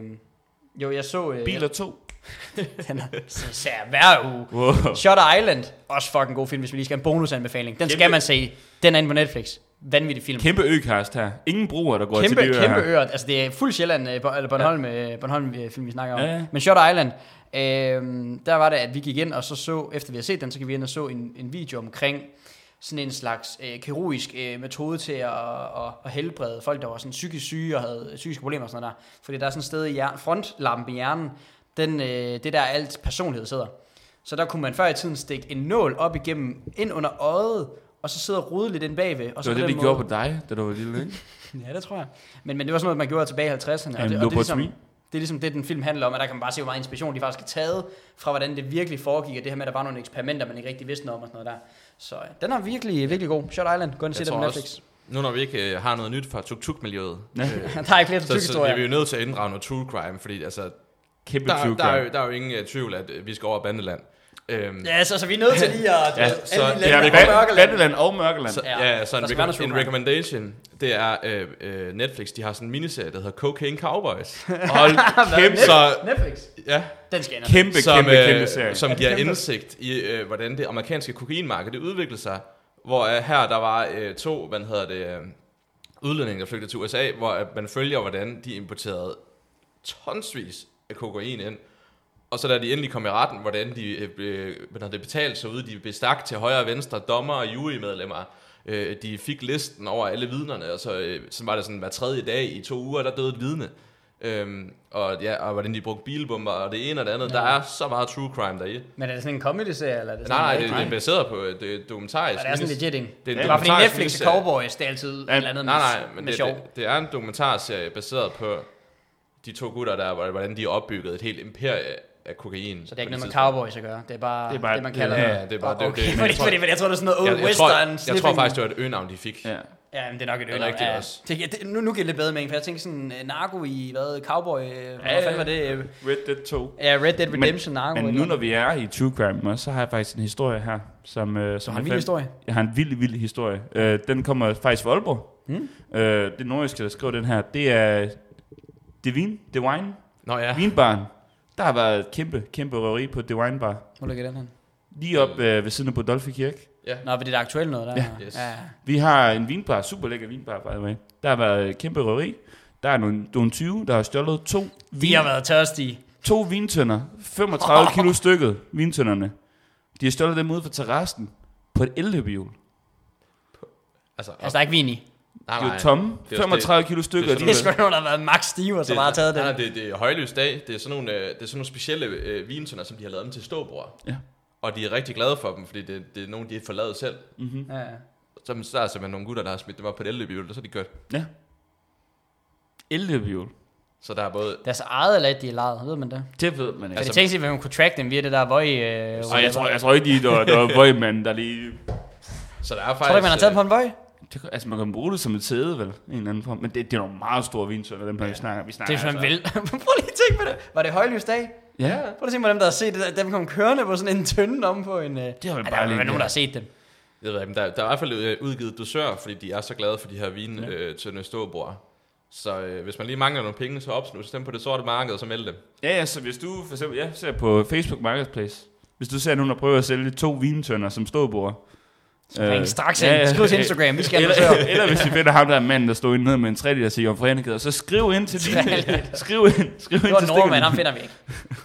jo, jeg så... Øh,
Biler 2.
Den er, så ser jeg hver uge.
Wow.
Shutter Island, også fucking god film, hvis vi lige skal have en bonusanbefaling. Den skal
Kæmpe-
man se. Den er inde på Netflix. Vanvittig film.
Kæmpe økast her. Ingen bruger, der går
Kæmpe,
til de øer
kæmpe
her.
øer. Altså, det er fuld Sjælland, øh, Bo- eller Bornholm, ja. Bornholm øh, film, vi snakker om.
Ja, ja.
Men Shutter Island, øh, der var det, at vi gik ind, og så så, efter vi havde set den, så gik vi ind og så en, en video omkring sådan en slags øh, kirurgisk øh, metode til at, at, at helbrede folk, der var sådan psykisk syge og havde psykiske problemer og sådan noget der. Fordi der er sådan et sted i hjernen, frontlampen i hjernen, den, øh, det er der alt personlighed sidder. Så der kunne man før i tiden stikke en nål op igennem, ind under øjet, og så sidde og rode lidt ind bagved.
Det
Og så
var
på
det,
den
de
måde-
gjorde på dig, da du var lille, ikke?
Ja, det tror jeg. Men, men det var sådan noget, man gjorde tilbage i 50'erne.
Ja,
og det, og det, er
lobotomi.
ligesom, det er ligesom det, den film handler om, og der kan man bare se, hvor meget inspiration de faktisk har taget fra, hvordan det virkelig foregik, og det her med, at der var nogle eksperimenter, man ikke rigtig vidste noget om og sådan noget der. Så øh, den er virkelig, virkelig god. Shot Island, gå ind og se
Jeg
den på
tror
Netflix.
Nu når vi ikke øh, har noget nyt fra tuk-tuk-miljøet,
Ja.
øh,
der er ikke flere til
så, så
tykke
er vi jo nødt til at inddrage noget true crime, fordi altså,
Kæmpe
der,
true
der, er
crime.
jo, der er jo ingen uh, tvivl, at øh, vi skal over bandeland. Øhm,
Ja, så, så vi er nødt til lige at...
Ja,
alle
så-
de lande,
Det er
der
Bat-
er mørkeland.
Batteland og Mørkeland.
Så,
Ja,
ja, ja, så en,
der skal være noget
rec-
true
en
crime.
recommendation, det er øh, øh, Netflix, de har sådan en miniserie, der hedder Cocaine Cowboys.
Hold kæmpe,
Netflix?
så,
Netflix.
Ja,
Den skal jeg ind og-
kæmpe,
som,
kæmpe,
øh,
kæmpe serie.
som
Er det
giver
kæmpe?
indsigt i, øh, hvordan det amerikanske kokainmarked det udviklede sig. Hvor øh, her der var øh, to, hvad hedder det, øh, udlændinge, der flygtede til USA, hvor øh, man følger, hvordan de importerede tonsvis af kokain ind. Og så da de endelig kom i retten, hvordan de øh, blev- hvad hedder det, betalte sig ud, de blev stak til højre og venstre, dommer og jurymedlemmer. Øh, de fik listen over alle vidnerne, og så, øh, så var det sådan hver tredje dag i to uger, der døde et vidne. Øhm, og, ja, og hvordan de brugte bilbomber og det ene og det andet. Ja. Der er så meget true crime deri.
Men er det sådan en comedy-serie, eller er det sådan
Nej, nej,
en
det,
rigtig-
det er baseret på øh, det er dokumentarisk.
Og det er sådan
minis-
legit, ikke?
det er en
Det var fordi
dokumentarisk
Netflix og
miniserie.
Cowboys, det er altid et
Ja,
eller andet
Nej,
med-
nej, men
med
det,
sjov.
det, det er en dokumentarserie baseret på de to gutter, der hvordan de opbyggede et helt imperie af kokain.
Så det er ikke noget med
tidspunkt.
cowboys at gøre. Det er bare det,
Det
er
er
bare,
bare-
det man
det-
kalder
ja,
ja, det er bare-
Åh,
det-
okay,
det-
det,
jeg
fordi,
tror-
fordi, fordi, jeg tror, det er sådan noget old
Jeg, jeg,
western.
tror, jeg tror
sniffing.
faktisk, det var et øgenavn, de fik.
Ja.
Ja, men det er nok et
Det er
øl.
rigtigt
Ja.
også.
Det, det, nu, nu giver det lidt bedre mening, for jeg tænkte sådan øh, narko i, hvad, cowboy, øh, hvad
ja.
fanden var det? øh,
Red Dead 2.
Ja, Red Dead Redemption, narko.
Men nu når vi er i true crime, også, så har jeg faktisk en historie her, som, øh,
så
som
har
jeg
en vild
fandt-
historie.
Jeg har en vild, vild historie. Øh, den kommer faktisk fra Aalborg.
Mm.
Øh, det nordiske, der skriver den her, det er Devine, Devine,
Nå ja.
Ah.
ja. Vinbaren. Der har været et kæmpe, kæmpe røveri på Devine Bar.
Hvor ligger den her?
Lige op øh, ved siden af Bodolfi Kirke.
ja.
Nå, for det er aktuelt noget der.
Ja.
Yes.
ja.
Vi har en vinbar, super lækker vinbar, by the way. Der har været et kæmpe røveri. Der er nogle, nogle 20, der har stjålet to,
Vi
vin,
har været tørstige.
to vintønder, 35 kilo stykket, vintønderne. De har stjålet dem ude fra terrassen på et elløbehjul.
Altså, op,
Altså, der er ikke vin i.
nej,
De er
nej.
jo tomme,
det er
35 kilo
det
stykker.
er
og
Det er
de-
sgu da nogen, der har været max stiver, så bare har taget
nej,
den.
nej, det. Det er højlys dag. Det er sådan nogle, øh, det er sådan nogle specielle øh, vintønder, som de har lavet dem til ståbord.
Ja.
Og de er rigtig glade for dem, fordi det, det er nogen, de har forladet selv.
Mhm.
Ja, ja.
Så men så er der simpelthen nogle gutter, der har smidt dem op på et elløbehjul, og så er de kørt.
Ja. Elløbehjul.
Så der er både...
Deres eget eller et, de er lejet, ved man det?
Det ved man ikke.
Altså,
Altså-
det tænkte sig, at man kunne track dem via det der vøj. Øh,
Ej, jeg,
whatever.
tror, jeg tror ikke, de, der, var- der var voimanden, der lige...
Så der er faktisk...
Tror
øh,
du ikke, man har taget dem på en vøj?
Det, kan- altså, man kan bruge det som et sæde, vel? i En eller anden form. Men det, det er nogle meget store vinsønder, dem her, vi snakker. Vi
Det
snakker
er sådan,
altså.
vel. Prøv lige at tænke på det. Var det højlys dag?
Ja,
Prøv at se på dem, der har set det. der. Dem kom kørende på sådan en tønde om på en... øh,
det har man
Ej,
bare
der er
lige... Øh,
nogen, der har set dem.
Jeg ved ikke, men der, der er i hvert fald øh, udgivet dusør, fordi de er så glade for de her vin ja. øh, til Så øh, hvis man lige mangler nogle penge, så opsnus dem på det sorte marked, og så meld dem.
Ja, ja, så hvis du for eksempel ja, ser på Facebook Marketplace, hvis du ser nogen, der prøver at sælge to vintønder som ståbord. Øh,
Så ring straks ind. Skriv til Instagram. Vi skal have
eller,
dusør.
eller hvis I finder ham, der er manden, der stod nede med en 3 liter om fredag, så skriv ind til din.
Trællet.
skriv ind, skriv
Det
ind
var
til
en nordmand, ham
stikkerne.
finder vi ikke.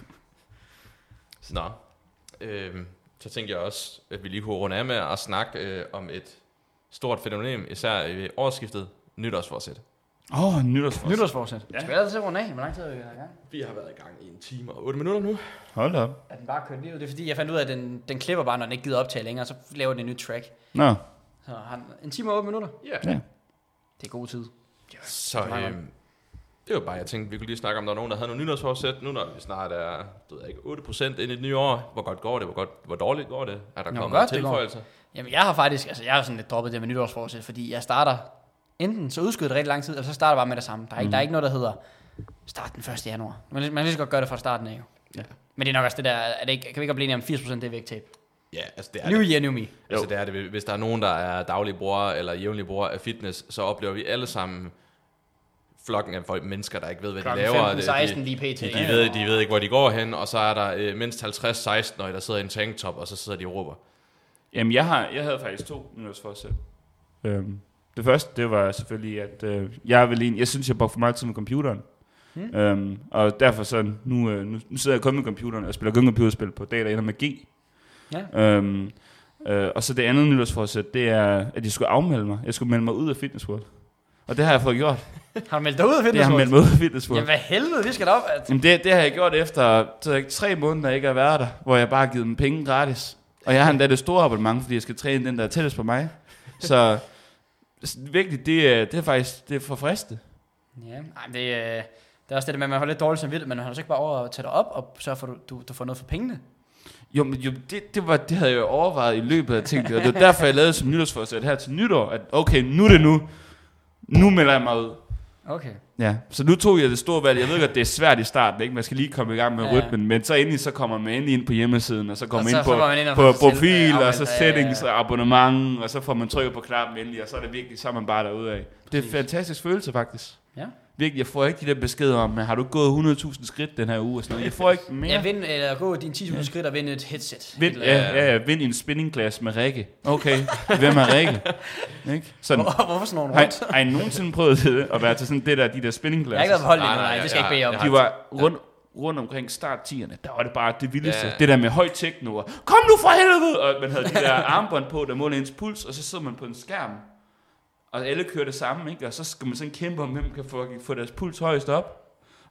Nå. Øh, så tænkte jeg også, at vi lige kunne runde af med at snakke øh, om et stort fænomen, især i årsskiftet nytårsforsæt.
Åh, oh, nytårsforsæt.
Nytårsforsæt.
Ja.
Skal vi altså runde af? Hvor lang tid har vi været i gang?
Vi har været i gang i en time og 8 minutter nu.
Hold da op.
Er den bare kørt lige ud? Det er fordi, jeg fandt ud af, at den, den klipper bare, når den ikke gider optage længere, så laver den en ny track.
Nå,
Så har den en time og 8 minutter.
Yeah.
ja.
Det er god tid.
Så
Meget
øh, det var bare, jeg tænkte, vi kunne lige snakke om, der var nogen, der havde nogle nytårsforsæt. Nu når vi snart er, du ved jeg ikke, 8% ind i det nye år. Hvor godt går det? Hvor, godt, hvor dårligt går det? Er der
Nå,
kommet
godt det går.
tilføjelser?
Jamen, jeg har faktisk, altså jeg har sådan lidt droppet det med nytårsforsæt, fordi jeg starter, enten så udskyder det rigtig lang tid, eller så starter jeg bare med det samme. Der er, ikke, der
Mhm.
er ikke noget, der hedder, start den 1. januar. Man, man kan lige så godt gøre det fra starten af jo.
Ja.
Men det er nok også det der, er det ikke, kan vi ikke godt blive enige om 80% det er vægttab?
Ja, altså det er
New
det.
year, new me.
Altså, det er det. Hvis der er nogen, der er daglige brugere eller jævnlige brugere af fitness, så oplever vi alle sammen flokken af folk, mennesker, der ikke ved, hvad de
Klokken
laver.
15,
Det-
16
de,
lige pt.
de, de, ved, de ved ikke, hvor de går hen, og så er der øh, mindst 50-16-årige, der sidder i en tanktop, og så sidder de og råber.
Jamen, jeg, har, jeg havde faktisk to nytårsforsæt. Øhm, det første, det var selvfølgelig, at øh, jeg, vil en, jeg synes, jeg brugte for meget tid med computeren.
Hmm.
Hmm. Øhm, og derfor så, nu, øh, nu, nu sidder jeg kun med computeren og spiller kun computerspil på dage, der ender med G.
Ja.
Øhm, øh, og så det andet nytårsforsæt, det er, at jeg skulle afmelde mig. Jeg skulle melde mig ud af Fitness World. Og det har jeg fået gjort.
Har du meldt dig ud af
Det har jeg meldt
fitness?
mig ud af Fitness World.
Jamen, hvad helvede, vi skal da op. At...
Jamen det, det har jeg gjort efter så jeg, tre måneder, jeg ikke har været der, hvor jeg bare har givet dem penge gratis. Og jeg har endda det store abonnement, fordi jeg skal træne den, der er tættest på mig. Så s- virkelig, det, er- det er faktisk det er forfriskende.
Ja, nej, det, øh, det er også det der med, at man holder lidt dårligt som vildt, men man har så ikke bare over at tage dig op og sørge for, at du, du, du får noget for pengene.
Jo, men jo, det, det, var, det havde jeg jo overvejet i løbet af tingene, og det var derfor, jeg lavede som nytårsforsæt her til nytår, at okay, nu er det nu. Nu melder jeg mig ud.
Okay.
Ja, så nu tog jeg det store valg. Jeg ved godt, det er svært i starten, ikke? Man skal lige komme i gang med
Ja.
ja. rytmen, men så endelig så kommer man endelig ind på hjemmesiden, og så
Og
kommer man
så-
ind
så
på,
går man ind og
på
får sig selv, øh,
profil, og så
afmeldt, ja, ja, ja.
settings og abonnement, og så får man trykket på knappen endelig, og så er det virkelig, så er man bare derude af. Det er en
Præcis.
fantastisk følelse, faktisk.
Ja.
Virkelig, jeg får ikke de der beskeder om, men har du ikke gået 100.000 skridt den her uge og sådan noget. Jeg får ikke mere.
Ja, vind, eller gå dine 10.000 skridt og vinde et headset.
Vind,
Eller-
ja, ja, ja, vind i en spinningklasse med Rikke. Okay, hvem er Rikke? Ikke? Sådan,
Hvor, hvorfor sådan nogle
har, I,
rundt?
har I nogensinde prøvet det, at være til sådan det der, de der
Jeg
spinningglasses?
har ikke været på hold
Nej,
endnu, nej,
nej,
det skal jeg
jeg-
ikke bede om.
jeg
De var rundt, rundt omkring starttierne, der var det bare det vildeste.
Ja.
Ja. Det der med høj tekno, og kom nu for helvede! Og man havde de der armbånd på, der måler ens puls, og så sidder man på en skærm, og alle kører det samme, ikke? Og så skal man sådan kæmpe om, hvem kan få, få deres puls højst op.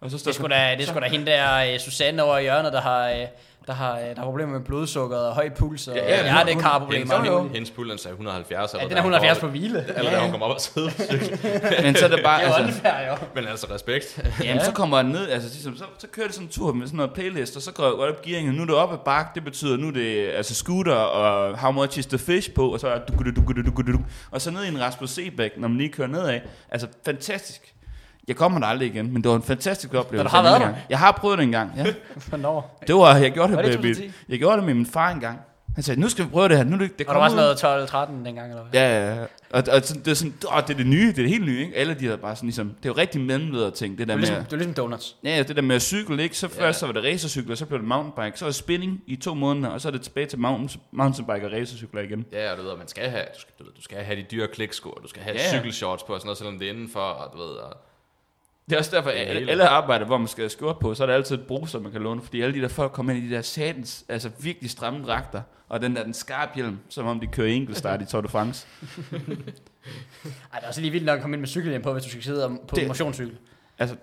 Og så står
Det skulle da, det skulle da hende der, øh, Susanne over i hjørnet, der har, øh, der har, øh, der har problemer med blodsukkeret og høj puls og
Ja,
ja,
ja,
ja, ja, det
hun-
karproblemer.
Hendes,
Ja,
hendes puls er 170.
ja,
eller
den er
der,
170
hvor-
på hvile. Ja,
Eller
ja.
da hun kommer op og sidder.
Men så er det bare,
Det er jo
altså,
åndfærd, jo.
Men altså respekt.
jamen, så kommer den ned, altså ligesom, så, så kører det sådan en tur med sådan noget playlist, og så går jeg godt op i gearingen, nu er det op ad bakke, det betyder, nu er det altså scooter, og how much is the fish på, og så er det og så ned i en Rasmus Sebæk, når man lige kører nedad. Altså fantastisk. Jeg kommer der aldrig igen, men det var en fantastisk oplevelse.
har været
dengang. Jeg har prøvet det engang, ja.
Hvornår?
Det var, jeg gjorde
Var
det,
det
med, min,
2010?
jeg gjorde det med min far engang. Han sagde, nu skal vi prøve det her, nu er det, det
Og der var
kommer
sådan noget 12-13 dengang, eller hvad?
Ja, ja, ja. Og, og sådan, det er sådan, åh, det er det nye, det er det helt nye, ikke? Alle de havde bare sådan ligesom, det er jo rigtig mellemleder ting, det
Det
der
var
med...
ligesom, det var ligesom donuts.
Ja, ja, det der med at cykle, ikke? Så
Ja.
først så var det racercykler, så blev det mountainbike, så var det spinning i to måneder, og så er det tilbage til mountain, mountainbike og racercykler igen.
Ja, og du ved, og man skal have, du skal, du, ved, du skal have de dyre kliksko, og du skal have
Ja, ja.
cykelshorts på og sådan noget, selvom det er indenfor, og du ved, og
Det er også derfor, at
Det er
alle,
helt-
alle arbejder, hvor man skal have skjort på, så er der altid et bruser, man kan låne, fordi alle de der folk kommer ind i de der satans, altså virkelig stramme dragter, og den der den skarpe hjelm, som om de kører i enkeltstart i Tour de France.
Ej, det er også lige vildt nok at komme ind med cykelhjelm på, hvis du skal sidde om- på
Det-
en motionscykel.
Altså,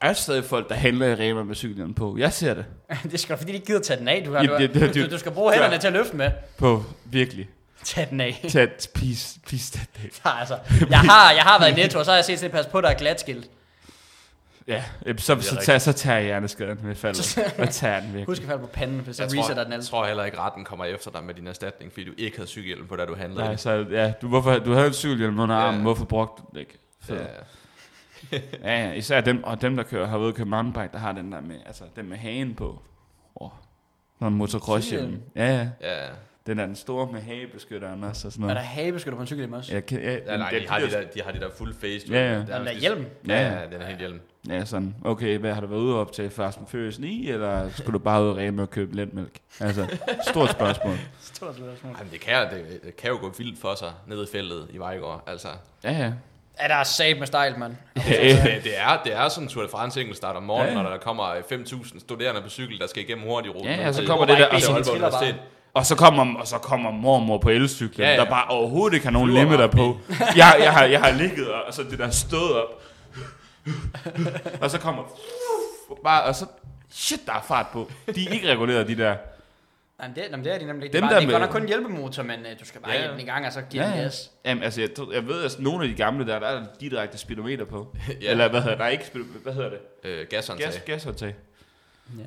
Der er stadig folk, der handler i Rema med cyklen på. Jeg ser det.
det skal fordi de ikke gider tage den af. Du, har,
Jamen,
du,
det- det-
du,
det-
du, skal bruge hænderne til at løfte med.
På virkelig.
Tag den af.
Tag please, please, tag det.
Nej, altså, jeg har, jeg har været i Netto, og så har jeg set sådan et pas på, der er glatskilt.
Ja, øh, så, så,
rigtigt.
tager, så tager jeg hjerneskaden med faldet. Og tager den virkelig.
Husk at falde på panden, hvis jeg,
jeg
resetter
tror,
den
jeg
altså.
tror heller ikke, retten kommer efter dig med din erstatning, fordi du ikke havde cykelhjelm på, da du handlede.
Nej, så ja, du, hvorfor, du havde en cykelhjelm under
Ja.
armen, hvorfor brugte du den ikke?
Ja,
Fed.
ja.
Ja, ja, især dem, og dem, der kører, har ved kørt mountainbike, der har den der med, altså den med hagen på. Oh, sådan en motocross
Cykelhjelm?
Ja, ja.
ja.
Den er den store med hagebeskytteren også og sådan
Er der
noget.
hagebeskytter på en cykelhjelm også?
Jeg kan, ja,
Ja, nej, de har de, der, de har de der full face. du
Ja,
ved.
ja.
Det er
Eller
også
hjelm.
Ja,
Ja,
ja, den er helt hjelm.
ja, sådan. Okay, hvad har du været ude op til? Fast and Furious 9, eller skulle du bare ud og Rema og købe letmælk? Altså, stort spørgsmål.
Stort spørgsmål.
Jamen, det kan, det, det kan jo gå vildt for sig ned i feltet i Vejgaard, altså.
Ja, ja.
Er der sat med stejl, mand?
det, det, er, det er sådan en Tour de France enkeltstart om morgenen,
Ja, ja.
når der kommer 5.000 studerende på cykel, der skal igennem hurtigt ruten.
Ja, ja,
ud
så
til-
kommer det
til
der- altså,
Aalborg
triller bare.
Universitet.
Og så kommer, og så kommer mormor på elcyklen,
Ja,
ja,
ja.
ja. der bare overhovedet ikke har nogen
Flyver
limiter
bare
på. Jeg, jeg, har, jeg har ligget, og og så det der stået op. og så kommer... Bare, og så... Shit, der er fart på. De er ikke reguleret, de der.
Jamen det, jamen det er de nemlig ikke.
Dem
Dem, det
der
er bare- det er
med-
godt nok kun hjælpemotor, men øh, du skal bare
Ja, ja.
ja. hjælpe den i gang, og så giver den gas.
Jamen, altså, jeg, tror- jeg ved, at nogle af de gamle der, der er der direkte speedometer på.
Ja.
ja. Eller hvad hedder det? Nej, ikke speedometer. Hvad hedder det?
Øh, gashåndtag.
Gas, gashåndtag.
Ja.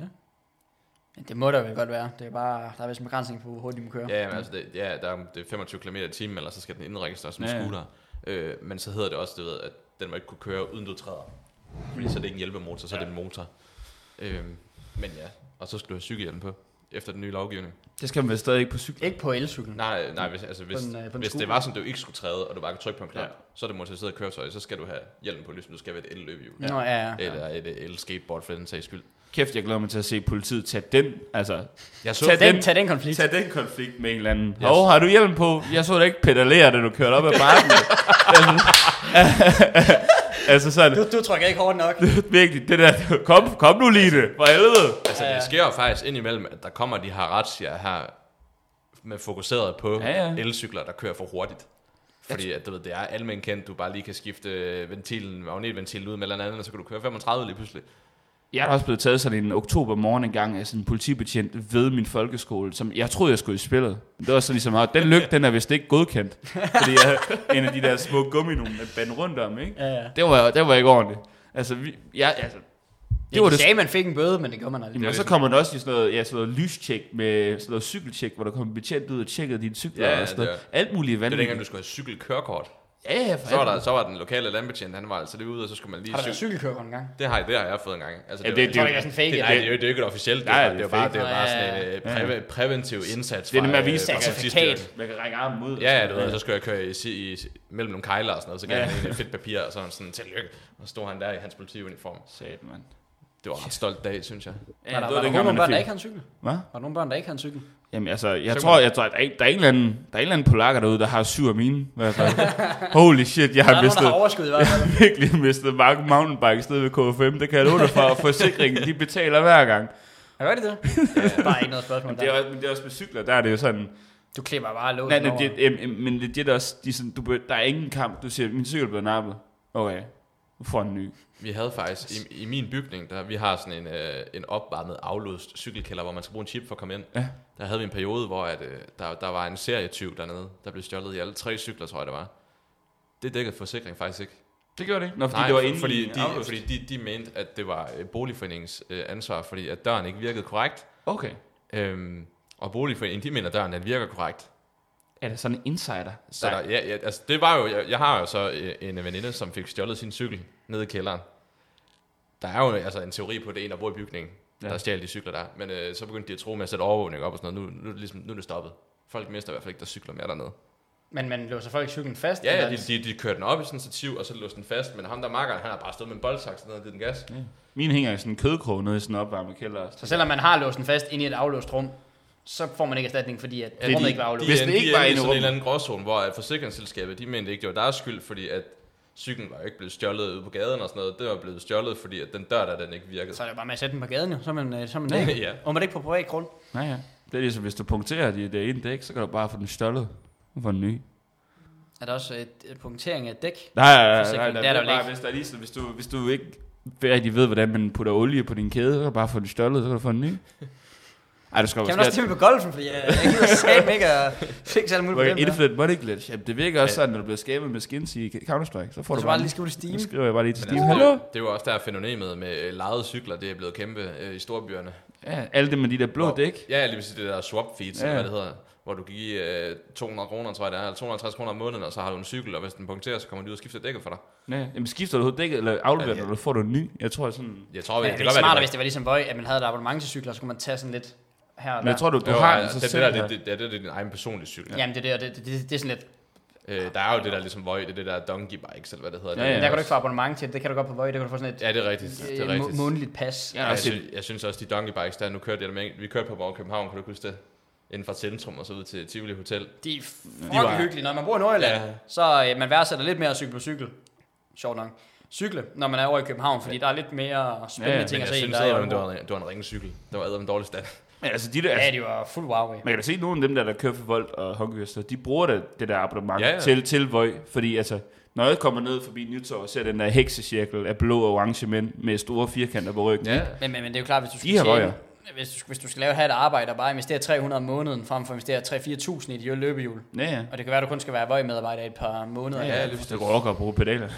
Men det må der vel godt være. Det er bare, der er vist en begrænsning på, hvor hurtigt de må køre.
Ja, jamen, altså det, ja, der er, det er 25 km i timen, eller så skal den indregistreres som
Ja,
ja.
ja.
scooter. Øh, men så hedder det også, det ved, at den må ikke kunne køre, uden du træder. Fordi så er det ikke en hjælpemotor, så er det en motor. Øh, men ja, og så skal du have cykelhjelm på, efter den nye lovgivning.
Det skal man vel stadig ikke på cykel.
Ikke på elcyklen.
Nej, nej hvis, altså, hvis,
På den, øh, på den
hvis det
scooter.
var sådan, du ikke skulle træde, og du bare kunne trykke på en knap,
Ja.
så er det motoriseret køretøj, så skal du have hjelm på, ligesom du skal ved et elløbehjul.
Ja. Nå, ja, ja.
Eller et øh, el-skateboard, for den sags skyld.
Kæft, jeg glæder mig til at se politiet tage den, altså,
Jeg
Tag
så,
den-
Den, tag den konflikt.
Tag den konflikt med en eller anden.
Yes.
Yes. Hov, har du hjelm på? Jeg så dig ikke pedalere, da du kørte op ad bakken. Altså- altså sådan,
Du, du trykker ikke hårdt nok.
virkelig, det der, kom, kom nu lige det, for helvede.
altså,
Ja, ja.
det sker jo faktisk indimellem, at der kommer de her razziaer her, med fokuseret på
Ja, ja.
elcykler, der kører for hurtigt. Fordi at, du ved, det er almen kendt, du bare lige kan skifte øh, ventilen, magnetventilen ud med eller andet, og så kan du køre 35 lige pludselig.
Jeg er også blevet taget sådan en oktober morgen engang af sådan en politibetjent ved min folkeskole, som jeg troede, jeg skulle i spillet. Men Det var så ligesom, at den lygte, den er vist ikke godkendt. Fordi jeg havde en af de der små gumminogen, der bandt rundt om, ikke?
Ja, ja.
Det var, det var ikke ordentligt. Altså, vi, jeg, altså,
Det var det. Sagde, man fik en bøde, men det gjorde man aldrig.
Jamen, og så kommer der også i sådan noget, ja, sådan noget lystjek med sådan noget cykeltjek, hvor der kommer en betjent ud og tjekker dine cykler
Ja, ja,
og sådan
det
noget. Alt muligt
Det er dengang, du
vanvittigt.
skulle have cykelkørekort.
Ja, ja, for
Så var, der, altså-
alt
så var den lokale landbetjent, han var altså lige ude, og så skulle man lige
Har du været
cykle.
cykelkører en gang?
Det har, jeg- det har jeg fået en gang. Altså,
Ja,
var-
det-
Jeg tror, det er sådan en fake.
Det, nej, det, er jo- det er jo ikke et officielt.
Nej,
Nej, det,
det
er
er
bare,
fake.
det er bare
Nå, ja,
sådan en øh, præve, præventiv indsats.
Det er det med
fra,
at
øh,
vise
fra
certifikat.
partistyrelsen.
muligt. Man kan række armen ud. og
Ja, ja,
sådan
du
noget.
ved, så skulle jeg køre i, i, i, mellem nogle kejler og sådan noget, så gav
Ja.
ja. han en et fedt papir, og så var han sådan, tillykke. Og så stod han der i hans politiuniform.
Satan, mand.
Det var en ret stolt dag, synes jeg.
Ja,
Var der,
det
var der
dengang,
nogen
man er
børn, der
fik-
ikke har en cykel?
Hvad?
Var der nogen børn, der ikke har en cykel?
Jamen altså, jeg
Så
tror,
kan man-
jeg tror, at der, er- der er en eller anden, der er en eller anden polakker derude, der har syv af mine. i hvert fald. Holy shit, jeg
Der
har
er nogen,
mistet,
der har overskud i hvert fald.
virkelig mistet mange mountainbikes nede ved KFM. Det kan jeg love dig for, og forsikringen, de betaler hver gang.
Gør de det? Der er Øh, ikke noget spørgsmål
Men det, er,
der.
også- men det er også med cykler, der er det jo sådan,
Du klipper bare låsen
Nej, det,
over.
det, em, em, men legit også, de er sådan, du, be- der er ingen kamp, du siger, min cykel blev nappet. Okay, nu får jeg en ny.
Vi havde faktisk, i, i min bygning, der vi har sådan en, øh, en opvarmet, aflåst cykelkælder, hvor man skal bruge en chip for at komme ind.
Ja.
Der havde vi en periode, hvor at, øh, der, der var en serietyv dernede, der blev stjålet i alle tre cykler, tror jeg det var. Det dækkede forsikring faktisk ikke.
Det gjorde det ikke. Nå, fordi Nej, det var inde
fordi,
i
de,
afløst.
fordi de, de mente, at det var øh, boligforeningens øh, ansvar, fordi at døren ikke virkede korrekt.
Okay.
Øhm, og boligforeningen, de mener, at døren den virker korrekt.
Er det sådan en insider?
Så der, ja, ja, altså, det var jo, jeg, jeg har jo så øh, en veninde, som fik stjålet sin cykel nede i kælderen. Der er jo altså en teori på, at det er en, der bor i bygningen, ja.
Ja.
der stjal de cykler der. Men øh, så begyndte de at tro med at sætte overvågning op og sådan noget. Nu, nu, er det ligesom, nu er det stoppet. Folk mister i hvert fald ikke, der cykler mere dernede.
Men man låser folk cyklen fast?
Ja, ja
eller-
de, de, de kørte den op i sådan et stativ, og så låste den fast. Men ham der makkeren, han har bare stået med en boldsaks ned og givet den gas.
Min hænger i sådan en kødkrog nede i sådan en opvarmet kælder.
Så selvom man har låsen fast inde i et aflåst rum, så får man ikke erstatning, fordi at
de-
rummet ikke var aflåst.
De,
Hvis
Hvis det
den
ikke var i sådan
rummet.
en eller anden gråzone, hvor at forsikringsselskabet, de mente ikke, det var deres skyld, fordi at cyklen var jo ikke blevet stjålet ude på gaden og sådan noget. Det var blevet stjålet, fordi at den dør der, den ikke virkede.
Så er det bare med at sætte den på gaden, jo. Så er man, øh, så er man ikke.
ja.
Og man er ikke på privat grund.
Nej, ja. Det er ligesom, hvis du punkterer det, det ene dæk, så kan du bare få den stjålet. Og få en ny.
Er der også et, et punktering af et dæk?
Nej, nej, nej.
Forsikring,
nej,
det
nej,
er
det er
der vel
bare,
ikke.
hvis, der er ligesom, hvis, du, hvis du ikke rigtig ved, hvordan man putter olie på din kæde, så kan du bare få den stjålet, så kan du få en ny. Ej, du skal
Kan man
måske-
også stemme på golfen, fordi jeg, jeg gider satme ikke at fikse alle mulige
Hvor
problemer.
Infinite Money Glitch. Jamen, det virker også
Ja.
sådan, når du bliver skabet med skins i Counter-Strike, så får du
Så bare
bare
lige skrive det i
Nu
Steam.
skriver jeg bare lige til Steam.
Men altså,
Hallo?
Det, det er jo også der fænomenet med øh, lejede cykler, det er blevet kæmpe øh, i storbyerne.
Ja, alt det med de der blå
Hvor-
dæk.
Ja, lige præcis det der swap feeds, ja.
Ja.
eller hvad det hedder, hvor du kan give øh, 200 kroner, tror jeg det er, eller 250 kroner om måneden, og så har du en cykel, og hvis den punkterer, så kommer de ud og skifter dækket for dig.
Ja. Jamen, skifter du overhovedet dækket, eller afleverer
Ja,
ja,
ja.
ja. eller får du en ny? Jeg tror sådan...
Jeg tror,
Men
ja,
er det
det kan
ikke
godt være,
smartere,
det
hvis det var ligesom Voy, at man havde et abonnement til cykler, så kunne man tage sådan lidt her og
Men
der.
jeg tror, du, du
Jo,
har
ja,
den så
det, det,
selv.
der,
her.
det, det, det, det er din egen personlige cykel.
Jamen, det er det, og det, det, det, det er sådan lidt... Ah,
Øh, der er jo det der ligesom Voy, det er det der donkey bike, eller hvad det hedder.
Ja,
Det er
ja.
Men
jo
der kan du
også-
ikke få abonnement til det. Det kan du godt på Voy. Det kan du få sådan et,
Ja, det er rigtigt. Det er
øh, må-
rigtigt.
månedligt pas.
Ja,
Ja, jeg,
altså,
synes, jeg synes også, de donkey bikes, der nu kørte jeg dem med, vi kørte på Borg København, kan du ikke huske det? Inden fra centrum og så ud til Tivoli Hotel.
De
De
er
var-
fucking hyggelige. Når man bor i Nordjylland,
Ja.
ja. så øh, man værdsætter lidt mere at cykle på cykel. Sjovt nok. Cykle, når man er over i København, fordi der er lidt mere spændende
Ja, ja,
ting
Men
at
jeg
se, end
synes,
der
at
er i
det,
Aalborg.
var en- det var en ringe cykel. Det var æder en dårlig stand.
men altså, de der, altså,
Ja, de var fuld wow.
man kan da se, at nogle af dem, der, der kører for Volt og Hockeyøster, de bruger det, det der abonnement
Ja,
ja,
ja.
ja. til, til Vøj, fordi altså, når jeg kommer ned forbi Nytorv og ser den der heksecirkel af blå og orange mænd med store firkanter på ryggen, ja.
Men, men, men det er jo klart, hvis du skal,
De har
tjene,
røger.
hvis, du, hvis du skal lave have et arbejde og bare investere 300 om måneden, frem for at investere 3-4.000 i et løbehjul,
ja, ja.
og det kan være, at du kun skal være vøjmedarbejder i et par måneder.
Ja, ja,
lige
Det går også at bruge pedaler.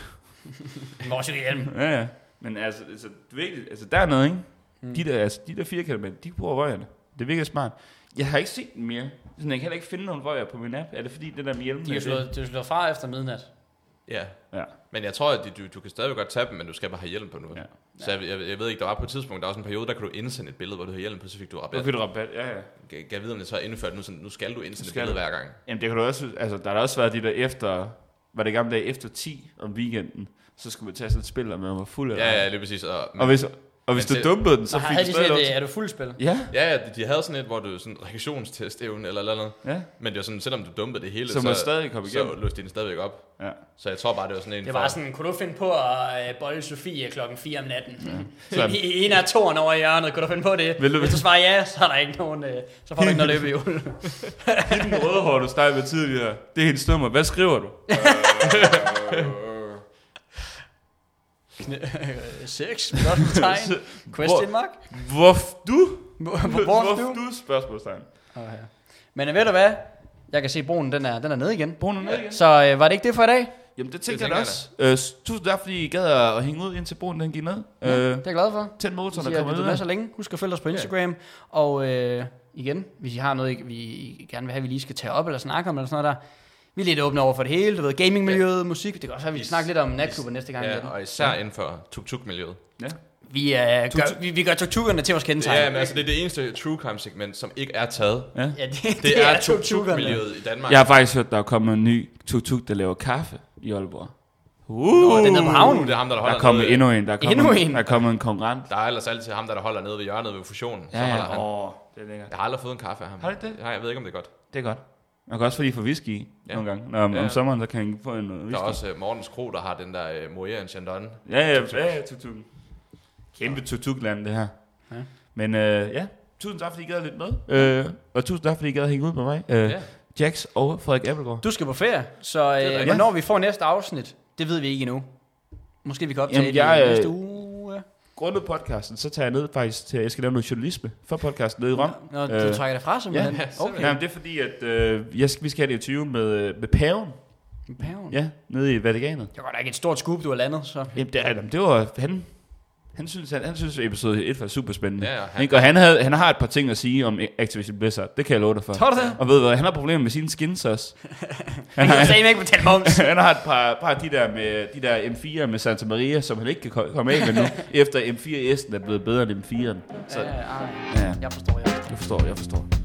Vores hjelm.
Ja, ja. Men altså, altså, virkelig, altså der er noget, ikke? Mm. De der, altså, de der firkanter mænd, de bruger røgerne. Det virker smart. Jeg har ikke set dem mere. Sådan, jeg kan heller ikke finde nogen røger på min app. Er det fordi, det der med hjelmen?
De er jo
er det?
slået, de er slået fra efter midnat.
Ja.
Ja.
Men jeg tror, at de- du, du kan stadig godt tage dem, men du skal bare have hjelm på nu.
Ja.
Så jeg, jeg, jeg, ved ikke, der var på et tidspunkt, der var sådan en periode, der kunne du indsende et billede, hvor du havde hjelm på, så fik du
Nu
rabat.
fik du rabat, ja, ja.
Kan kan jeg vide, om det så er indført nu, sådan, nu skal du indsende et
Skal
billede
du.
hver gang.
Jamen, det kan du også, altså, der har også været de der efter, var det i gamle dage efter 10 om weekenden, så skulle man tage sådan et spil, og man var fuld af
Ja,
røg.
ja, lige præcis. Og,
Og hvis, og hvis du
Men det-
dumpede den,
Så
så
havde
fik
de
du
sådan
stadig
et,
lov-
øh, er du fuldspil?
Ja,
Ja, ja, de- de havde sådan et, hvor du sådan reaktionstestevne eller eller andet.
ja.
Men det var sådan, selvom du dumpede det hele,
Så man stadig kom
så
igennem.
løste de den stadigvæk op.
Ja.
Så jeg tror bare, det var sådan en
Det
for-
var sådan, kunne du finde på at øh, bolle Sofie klokken 4 om natten?
Så-
Ja. en af toren over i hjørnet, kunne du finde på det?
Vil du-
Hvis du svarer ja, så er der ikke nogen, øh, så får du ikke noget løb i jul.
Hende den rødhår, du snakkede med tidligere, det er hendes nummer. Hvad skriver du?
Sex? øh, Spørgsmålstegn? Question mark?
Hvorfor du?
Hvor, hvor
Hvorfor
du?
du? Spørgsmålstegn.
Okay. Men øh, ved du hvad? Jeg kan se, at broen den er, den er nede igen.
Brug nu ned igen.
Så øh, var det ikke det for i dag?
Jamen, det
tænker
tænker jeg
jeg
da også. Øh, s- tusind tak, fordi I gad at at hænge ud, indtil broen den gik ned. Øh,
Det er jeg glad for.
tænd
Så
motoren og
siger,
kom
vi
ned.
du med så længe. Husk at følge os på Instagram. Og øh, igen, hvis I har noget, I- vi I gerne vil have, vi lige skal tage op eller snakke om, eller sådan noget der. Vi er lidt åbne over for det hele. Du ved, gamingmiljøet, musik. Det kan også være, vi
Is-
skal snakke lidt om natklubben næste gang.
Ja,
Ja.
og især inden for tuk-tuk-miljøet.
Ja.
Vi, øh, gør, vi, vi gør tukturerne til vores kendetegn.
Ja, men altså, det er det eneste true crime segment, som ikke er taget.
ja, det, det,
Det er
tukturerne.
tuk-tuk-miljøet i Danmark.
Jeg har faktisk hørt, der er kommet en ny tuk-tuk, der laver kaffe i Aalborg.
Nå,
Uh,
den er på havnen.
Uh, det er ham, der, der
der
holder
er kommet
nede,
endnu en. Der er kommet,
Endnu en?
Der er kommet en konkurrent.
Der er ellers altid ham, der, der holder nede ved hjørnet ved fusionen.
Ja,
så holder
ja.
han.
Åh, det er lækkert.
Jeg har aldrig fået en kaffe af ham.
Har du ikke det?
Nej, jeg ved ikke, om det er godt.
Det er godt. Man kan også få lige få whisky i
Ja.
nogle gange. Når om,
Ja.
om sommeren, så kan jeg få en øh, whisky.
Der er også uh, Mortens Kro, der har den der uh, Moria en Chandon.
Ja, ja, ja, ja, tuk-tuk. Kæmpe tuk-tuk-land, det her.
Ja.
Men øh, ja, tusind tak, fordi I gad lidt med. Øh, og tusind tak, fordi I gad hænge ud med mig. Øh,
Ja.
Jax og Frederik Appelgaard.
Du skal på ferie, så
rigtigt.
øh, hvornår vi får næste afsnit, det ved vi ikke endnu. Måske vi kan optage
Jamen,
det
jeg,
i
øh,
næste uge.
Grundet podcasten, så tager jeg ned faktisk til, jeg skal lave noget journalisme for podcasten nede i Rom.
Nå, du
øh,
trækker det fra, simpelthen.
ja,
okay.
Okay. Nej, men det er fordi, at øh, jeg skal, vi skal have et interview med, øh, med paven,
Paven.
ja, nede i Vatikanet.
Det var da ikke et stort scoop, du har landet, så...
Jamen, det, er- jamen, det var, han, han synes, han, han synes at episode 1 var super spændende.
Ja, ja,
han,
han-
ikke? Og han, havde, han har et par ting at sige om Activision Blizzard, det kan jeg love dig for.
Tror du det?
Og ved du hvad, han har problemer med sine skins også.
Han kan jo stadigvæk ikke betale moms.
han har et par, par af de der, med, de der M4'er med Santa Maria, som han ikke kan ko- komme af med nu, efter M4S'en er blevet bedre end M4'en. Så
Ja, Øh, ej,
ja,
jeg forstår, jeg forstår.
jeg forstår, jeg forstår.